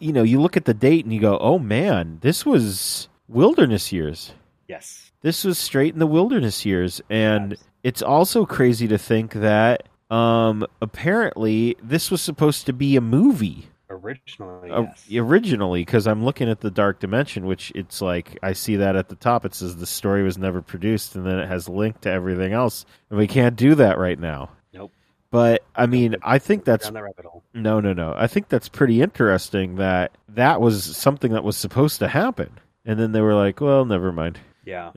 you know, you look at the date and you go, oh man, this was wilderness years.
yes,
This was straight in the wilderness years, and
Yes.
it's also crazy to think that um apparently this was supposed to be a movie
originally,
uh,
yes.
originally because I'm looking at the Dark Dimension, which it's like I see that at the top. It says the story was never produced, and then it has linked to everything else, and we can't do that right now.
Nope.
But I mean, I think that's
down that rabbit hole.
no, no, no. I think that's pretty interesting that that was something that was supposed to happen, and then they were like, "Well, never mind.
Yeah,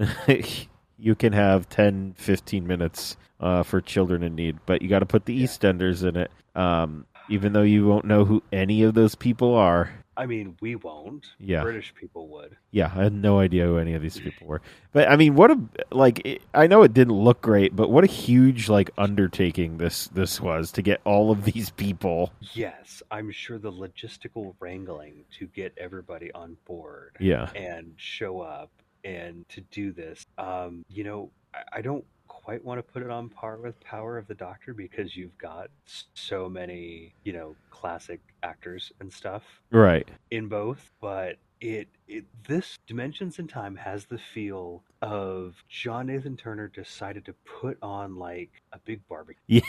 you can have 10, 15 minutes uh, for children in need, but you got to put the
Yeah.
EastEnders in it." Um, even though you won't know who any of those people are,
I mean, we won't.
yeah.
British people would.
Yeah, I had no idea who any of these people were. But I mean, what a like it, I know it didn't look great, but what a huge like undertaking this this was to get all of these people.
Yes, I'm sure the logistical wrangling to get everybody on board
Yeah.
and show up and to do this. Um, you know, I, I don't quite want to put it on par with Power of the Doctor because you've got s- so many, you know, classic actors and stuff
Right.
in both, but it it this Dimensions in Time has the feel of John Nathan Turner decided to put on like a big barbecue.
Ye-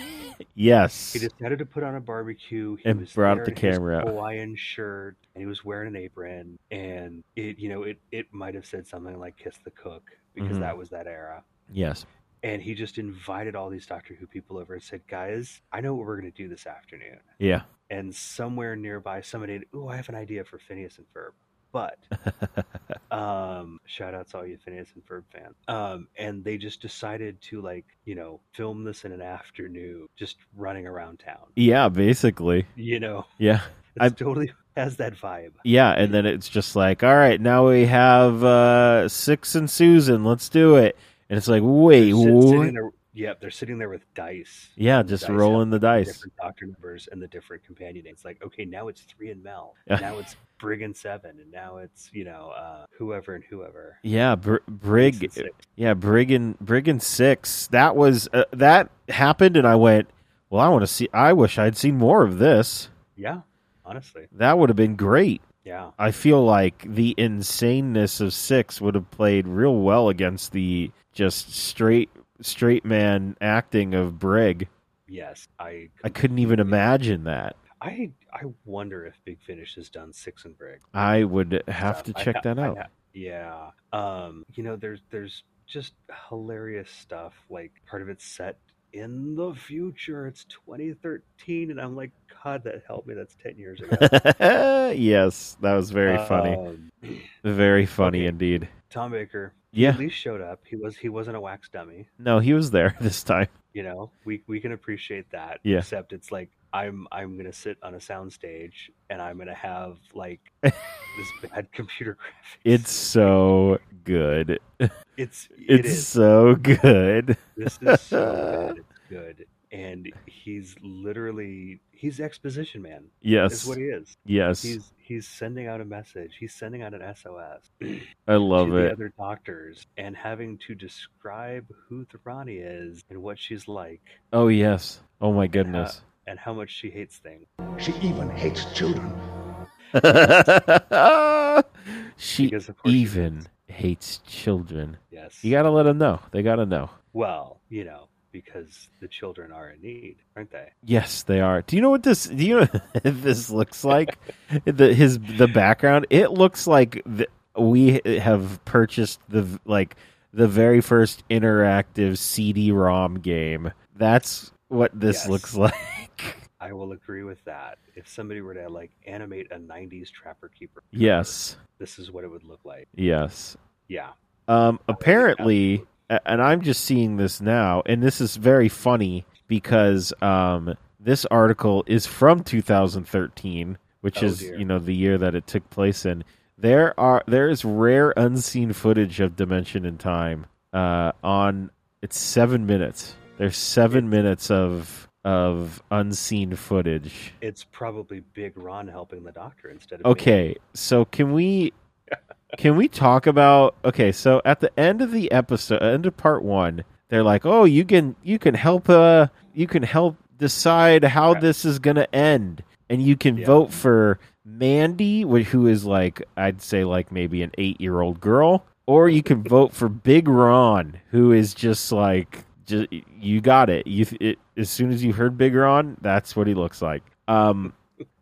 yes.
He decided to put on a barbecue. He
And
was
brought
there
the
in his
camera out.
Hawaiian shirt, and he was wearing an apron. And it, you know, it it might have said something like "kiss the cook" because
Mhm.
that was that era.
Yes.
And he just invited all these Doctor Who people over and said, "Guys, I know what we're going to do this afternoon."
Yeah. and
And somewhere nearby, somebody, had, "Ooh, I have an idea for Phineas and Ferb." But um, shout out to all you Phineas and Ferb fans. Um, and they just decided to like, you know, film this in an afternoon, just running around town.
yeah, basically.
You know,
Yeah.
it
I-
totally has that vibe.
Yeah, and then it's just like, all right, now we have uh Six and Susan, let's do it. And it's like, wait,
They're sit-
what?
sitting there, yep, they're sitting there with dice.
yeah,
And the
just
dice have
rolling the
the
dice.
Different doctor numbers and the different companion names. Like, okay, now it's three and Mel. and now it's Brig and Seven, and now it's you know uh, whoever and whoever.
Yeah, Br-
Six
Brig
and six.
Yeah, Brigand Brigand Six. That was uh, that happened, and I went. Well, I want to see. I wish I'd seen more of this.
Yeah, honestly,
That would have been great.
yeah,
I feel like the insaneness of Six would have played real well against the just straight straight man acting of Brig.
yes. I
I couldn't even imagine that.
I I wonder if Big Finish has done six and Brig.
I would have to
stuff. I
check
ha-
that
I
out.
ha- yeah. Um, you know, there's there's just hilarious stuff. Like part of it's set in the future. It's 2013, and I'm like, God, that helped me. That's 10 years ago.
yes, that was very funny.
Um,
Very funny
okay.
indeed.
Tom Baker
Yeah.
at least showed up. He was he wasn't a wax dummy.
No, he was there this time.
You know, we we can appreciate that.
Yeah.
Except it's like. I'm I'm gonna sit on a soundstage and I'm gonna have like this bad computer graphics.
It's so good.
it's it
It's
is.
so good.
This is so good. It's good. And he's literally he's exposition man.
Yes.
Is what he is.
yes.
He's he's sending out a message. He's sending out an SOS
I love
to the
it.
other doctors and having to describe who Therani is and what she's like
Oh, yes. Oh, my goodness.
and how much she hates things.
She even hates children.
she
Because of course she
E, even
does.
hates children.
Yes.
You got to let them know. They got to know.
Well, you know, because the children are in need, aren't they?
Yes, they are. Do you know what this? Do you know what this looks like? the his the background. It looks like the, we have purchased the like the very first interactive CD-ROM game. That's what this
Yes.
looks like.
I will agree with that. If somebody were to like animate a nineties trapper keeper,
yes,
this is what it would look like.
yes.
Yeah.
Um, apparently, a- and I'm just seeing this now, and this is very funny because um, this article is from 2013, which
Oh,
is
dear.
you know the year that it took place in. There are there is rare unseen footage of Dimension in Time. Uh, on it's seven minutes. There's seven minutes of of unseen footage.
It's probably Big Ron helping the doctor instead of me.
Okay, so can we can we talk about okay, so at the end of the episode, end of part 1, they're like, "Oh, you can you can help uh you can help decide how
Right.
this is going to end and you can
Yeah.
vote for Mandy, wh- who is like I'd say like maybe an 8-year-old girl, or you can vote for Big Ron, who is just like just, you got it. You it, as soon as you heard Big Ron, that's what he looks like. Um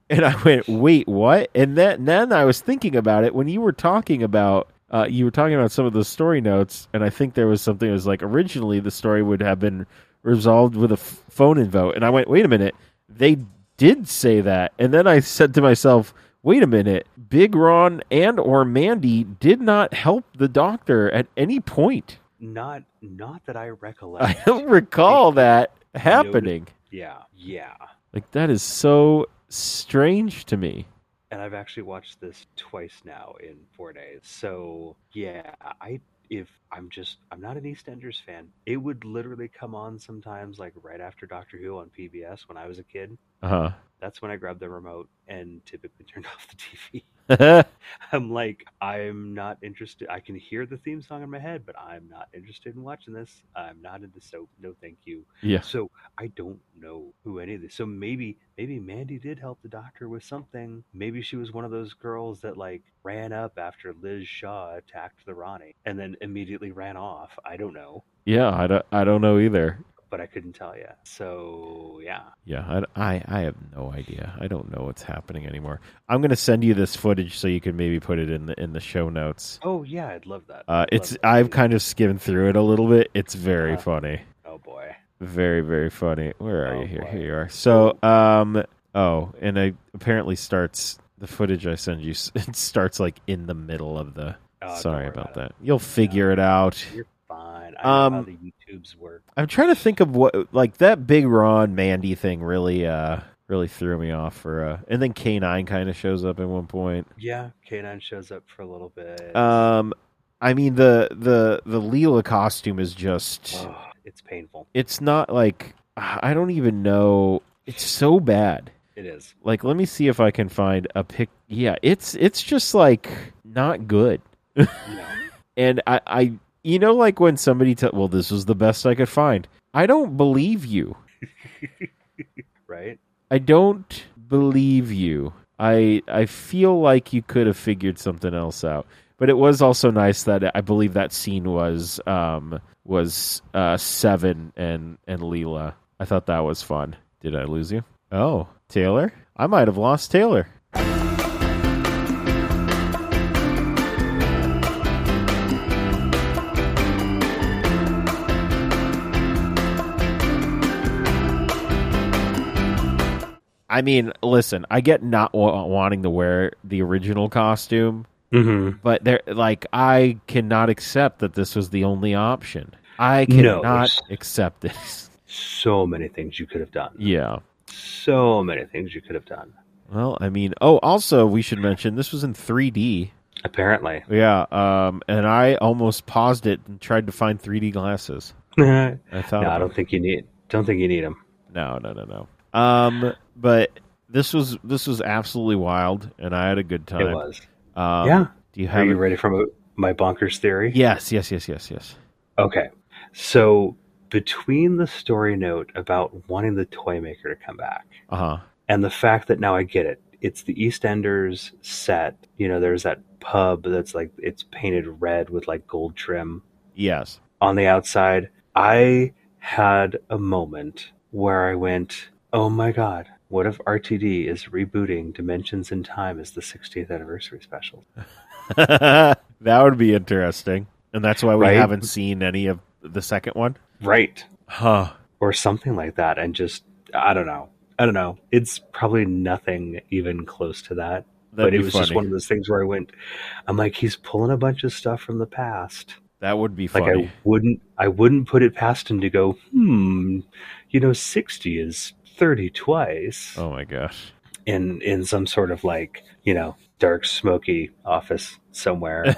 and I went, wait, what? And then then I was thinking about it when you were talking about uh, you were talking about some of the story notes, and I think there was something that was like originally the story would have been resolved with a f- phone in vote, and I went, wait a minute, they did say that, and then I said to myself. Wait a minute. Big Ron and or Mandy did not help the doctor at any point.
Not not that I
I
recollect.
don't recall that happening.
yeah, yeah.
Like that is so strange to me.
and I've actually watched this twice now in four days. So yeah, I if I'm just I'm not an EastEnders fan. It would literally come on sometimes, like right after Doctor Who on PBS when I was a kid.
Uh-huh.
That's when I grabbed the remote and typically turned off the TV.
yeah,
I'm like, I'm not interested. I can hear the theme song in my head, but I'm not interested in watching this. I'm not into soap. No, thank you. So I don't know who any of this. So maybe maybe Mandy did help the doctor with something. Maybe she was one of those girls that like ran up after Liz Shaw attacked the Ronnie and then immediately ran off. I don't know,
yeah. I don't. I don't know either.
but I couldn't tell you. So yeah,
Yeah, I, I, I have no idea. I don't know what's happening anymore. I'm gonna send you this footage so you can maybe put it in the in the show notes.
oh yeah, I'd love that.
Uh,
I'd love
it's
that.
I've kind of skimmed through it a little bit. It's very
Uh-huh.
funny,
oh boy,
very very funny. Where are
Oh,
you? Here,
boy.
here you are. So, um, oh, and I apparently starts the footage I send you. s- It starts like in the middle of the.
Oh, don't
Sorry
worry
about
it.
that. You'll figure it out.
You're fine. I know how
Um,
the YouTubes work.
I'm trying to think of what like that big Ron Mandy thing really uh really threw me off for uh and then K nine kind of shows up at one point.
Yeah, K9 shows up for a little bit.
Um I mean the the the Leela costume is just
Oh, it's painful.
it's not like I don't even know it's so bad.
It is.
Like let me see if I can find a pic yeah, it's it's just like not good.
No.
And I I you know like when somebody tell well this was the best I could find. I don't believe you.
right?
I don't believe you. I I feel like you could have figured something else out. But it was also nice that I believe that scene was um was uh seven and and Leela. I thought that was fun. Did I lose you? Oh, Taylor? I might have lost Taylor. I mean, listen, I get not wa- wanting to wear the original costume,
Mm-hmm.
but there like I cannot accept that this was the only option. I
No.
cannot accept this.
So many things you could have done.
yeah.
so many things you could have done.
Well, I mean, oh, also we should mention this was in 3D.
Apparently,
Yeah, um, and I almost paused it and tried to find 3D glasses.
no,
I
I
thought,
don't think you need. Don't think you need them.
no, no, no, no. Um, but this was this was absolutely wild, and I had a good time.
It was.
Um,
yeah.
Do you
Are
have?
you
a-
ready for mo- my bonkers theory?
yes, yes, yes, yes, yes.
Okay. So between the story note about wanting the toy maker to come back
Uh huh.
and the fact that now I get it, it's the EastEnders set. You know, there's that pub that's like it's painted red with like gold trim.
Yes.
on the outside, I had a moment where I went, oh my God, what if RTD is rebooting Dimensions in Time as the 60th anniversary special?
that would be interesting, and that's why we
Right?
haven't seen any of the second one.
Right.
Huh.
Or something like that. And just, I don't know. I don't know. It's probably nothing even close to that.
That'd
but it
be
was
funny.
just one of those things where I went, I'm like, he's pulling a bunch of stuff from the past.
that would be
Like
funny.
I wouldn't, I wouldn't put it past him to go. Hmm, you know, sixty is thirty twice.
Oh my gosh.
in in some sort of like you know dark smoky office somewhere. where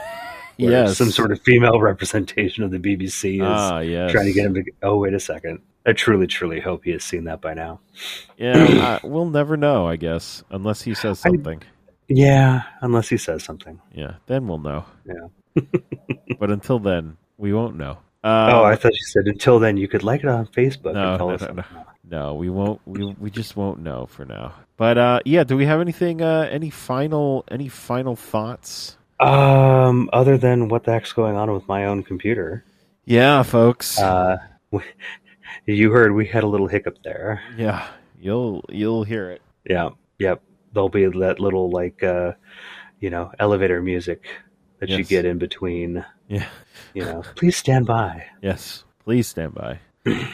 Yes.
some sort of female representation of the BBC is
Ah, yes.
trying to get him to. Oh, wait a second. I truly, truly hope he has seen that by now.
Yeah, I, we'll never know, I guess, unless he says
I-
something.
Yeah, unless he says something.
yeah, then we'll know.
Yeah.
but until then, we won't know.
oh, I
Um,
thought you said until then you could like it on Facebook
No,
and follow
no,
us.
no,
on-
no. No, we won't. We we just won't know for now. But uh, yeah, do we have anything? Uh, any final? Any final thoughts?
Um, other than what the heck's going on with my own computer?
Yeah, folks.
Uh, we, you heard we had a little hiccup there.
yeah, you'll you'll hear it.
Yeah, yep. There'll be that little like, uh, you know, elevator music that you
Yes.
get in between.
Yeah.
You know, please stand by.
Yes. Please stand by.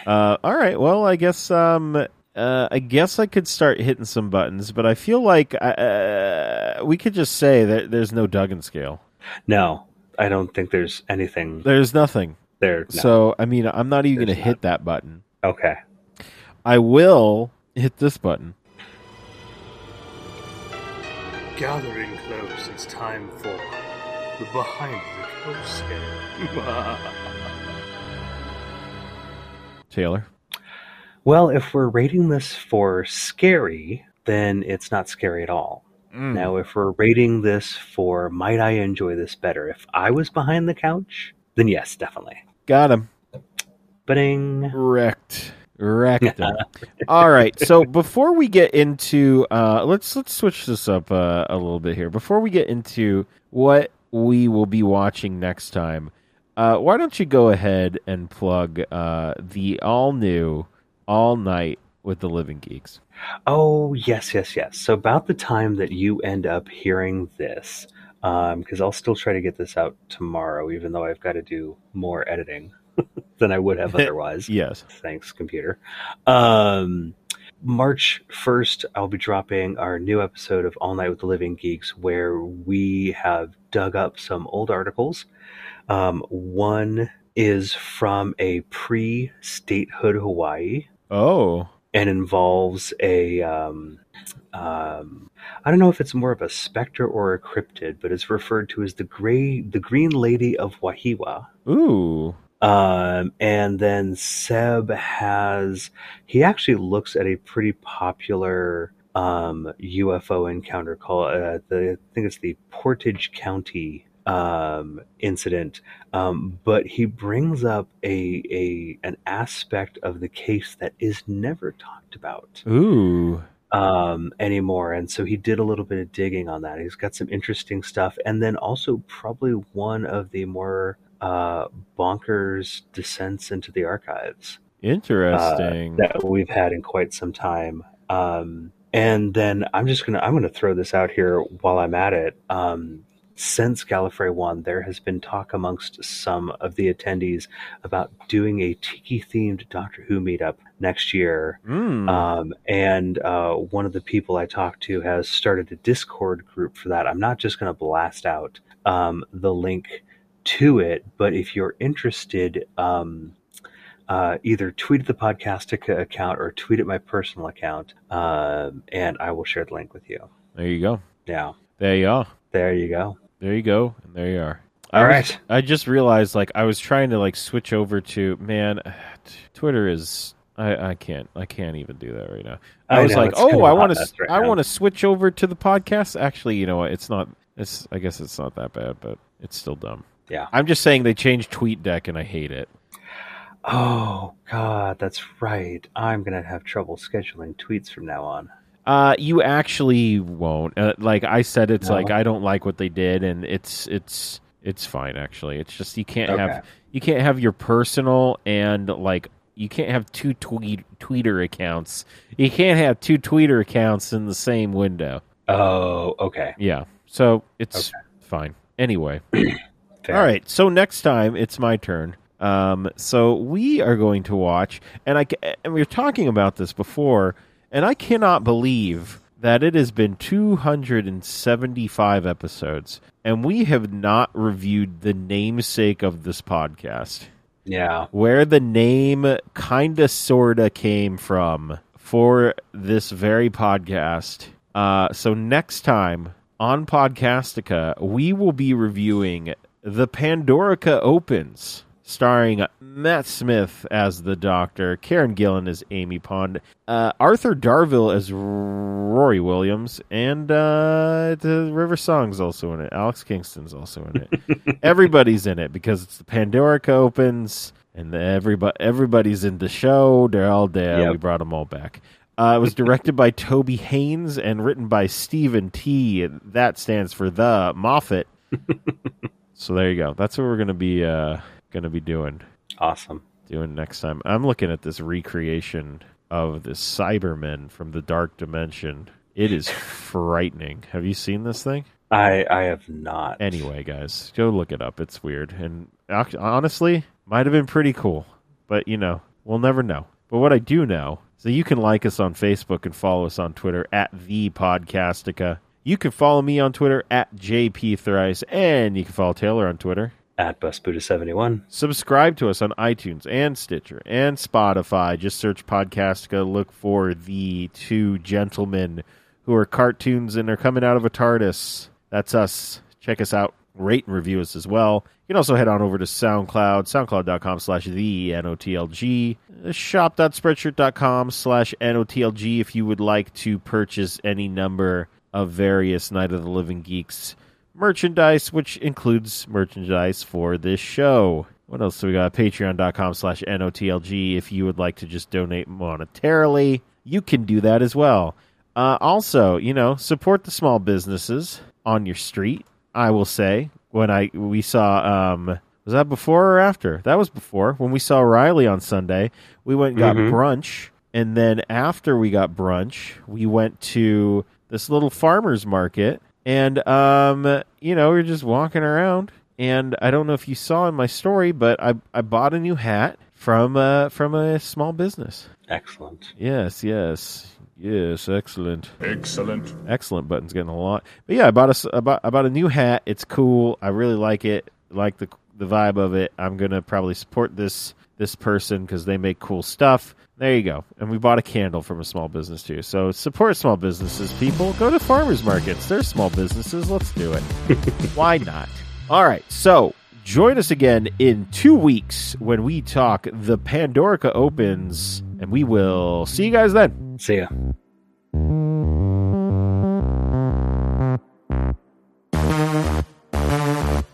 uh, all right. Well, I guess um, uh, I guess I could start hitting some buttons, but I feel like uh, we could just say that there's no Duggan scale.
No, I don't think there's anything
There's nothing.
there. No.
So I mean, I'm not even
There's
gonna hit that button.
okay.
I will hit this button.
Gathering close, it's time for the behind the close game.
Taylor.
Well, if we're rating this for scary, then it's not scary at all. Now, if we're rating this for might I enjoy this better if I was behind the couch, then yes, definitely.
Got him.
Bing.
Wrecked. Wrecked him. All right. So before we get into uh let's let's switch this up uh, a little bit here. Before we get into what we will be watching next time, uh why don't you go ahead and plug uh the all new all night with the living geeks.
Oh, yes, yes, yes. So, about the time that you end up hearing this, because I'll still try to get this out tomorrow, even though I've got to do more editing than I would have otherwise.
Yes.
Thanks, computer. Um, March 1st, I'll be dropping our new episode of All Night with the Living Geeks, where we have dug up some old articles. Um, one is from a pre statehood Hawaii
Oh.
and involves a. Um, um, I don't know if it's more of a specter or a cryptid, but it's referred to as the gray, the Green Lady of Wahiwa.
Ooh.
Um, and then Seb has he actually looks at a pretty popular um, UFO encounter called uh, the I think it's the Portage County um, incident, um, but he brings up a a an aspect of the case that is never talked about
Ooh.
um, anymore. And so he did a little bit of digging on that. He's got some interesting stuff. And then also, probably one of the more uh, bonkers descents into the archives
Interesting.
that we've had in quite some time. Um, and then I'm just gonna I'm gonna throw this out here while I'm at it. Um, since Gallifrey One, there has been talk amongst some of the attendees about doing a tiki themed Doctor Who meetup next year.
Mm.
Um, and uh, one of the people I talked to has started a Discord group for that. I'm not just going to blast out um, the link to it, but if you're interested, um, uh, either tweet at the podcast ac- account or tweet at my personal account, um, and I will share the link with you.
there you go.
Yeah,
There you are.
there you go.
There you go. And there you are.
All
I was-
right.
I just realized, like, I was trying to like switch over to man, t- Twitter is I, I can't I can't even do that right now. I,
I
was
know,
like,
it's kind
oh,
of
I
hot
want
mess
to
right
I
now."
want to switch over to the podcast. Actually, you know what? It's not. It's I guess it's not that bad, but it's still dumb.
Yeah.
I'm just saying they changed TweetDeck and I hate it.
Oh God, that's right. I'm gonna have trouble scheduling tweets from now on.
Uh, you actually won't. Uh, like I said, it's
No.
like I don't like what they did, and it's it's it's fine actually. It's just you can't
Okay.
have you can't have your personal and like you can't have two tweet tweeter accounts. You can't have two tweeter accounts in the same window.
Oh, okay.
Yeah, so it's fine anyway.
Fair.
All right. So next time it's my turn. Um, so we are going to watch, and I ca- and we were talking about this before, and I cannot believe that it has been 275 episodes, and we have not reviewed the namesake of this podcast,
Yeah.
where the name kinda sorta came from for this very podcast. Uh, so next time on Podcastica, we will be reviewing The Pandorica Opens, starring Matt Smith as the Doctor, Karen Gillan as Amy Pond, uh, Arthur Darville as Rory Williams, and uh, the River Song's also in it. Alex Kingston's also in it. Everybody's in it because it's The Pandorica Opens. And everybody, everybody's in the show. They're all there.
Yep.
We brought them all back. Uh, it was directed by Toby Haynes and written by Stephen T. That stands for the Moffat. so there you go. That's what we're gonna be uh, gonna be doing
Awesome.
doing next time. I'm looking at this recreation of the Cybermen from the Dark Dimension. It is frightening. Have you seen this thing?
I I have not.
Anyway, guys, go look it up. It's weird, and ac- honestly, might have been pretty cool. But you know, we'll never know. But what I do know is that you can like us on Facebook and follow us on Twitter at the Podcastica. You can follow me on Twitter at JP Thrice, and you can follow Taylor on Twitter.
at Bus Buddha seventy one.
Subscribe to us on iTunes and Stitcher and Spotify. Just search Podcastica. Look for the two gentlemen who are cartoons and are coming out of a TARDIS. That's us. Check us out. Rate and review us as well. You can also head on over to SoundCloud, soundcloud.com slash the NOTLG, shop.spreadshirt.com slash NOTLG if you would like to purchase any number of various Night of the Living Geeks merchandise, which includes merchandise for this show. What else do we got? Patreon.com slash NOTLG if you would like to just donate monetarily. You can do that as well. Uh, also, you know, support the small businesses on your street. I will say when I we saw um was that before or after? That was before when we saw Riley on Sunday. We went and got
Mhm.
brunch, and then after we got brunch, we went to this little farmers market, and um you know we were just walking around, and I don't know if you saw in my story, but I I bought a new hat from uh from a small business.
Excellent.
Yes, yes, yes, excellent.
Excellent.
Excellent button's getting a lot. But yeah, I bought a s- I bought, I bought a new hat. It's cool. I really like it. Like the the vibe of it. I'm gonna probably support this this person because they make cool stuff. There you go. And we bought a candle from a small business too. So support small businesses, people. Go to farmers markets. They're small businesses. Let's do it. Why not? All right. So join us again in two weeks when we talk the Pandorica opens, and we will see you guys then.
See ya.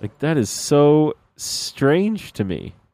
Like that is so strange to me.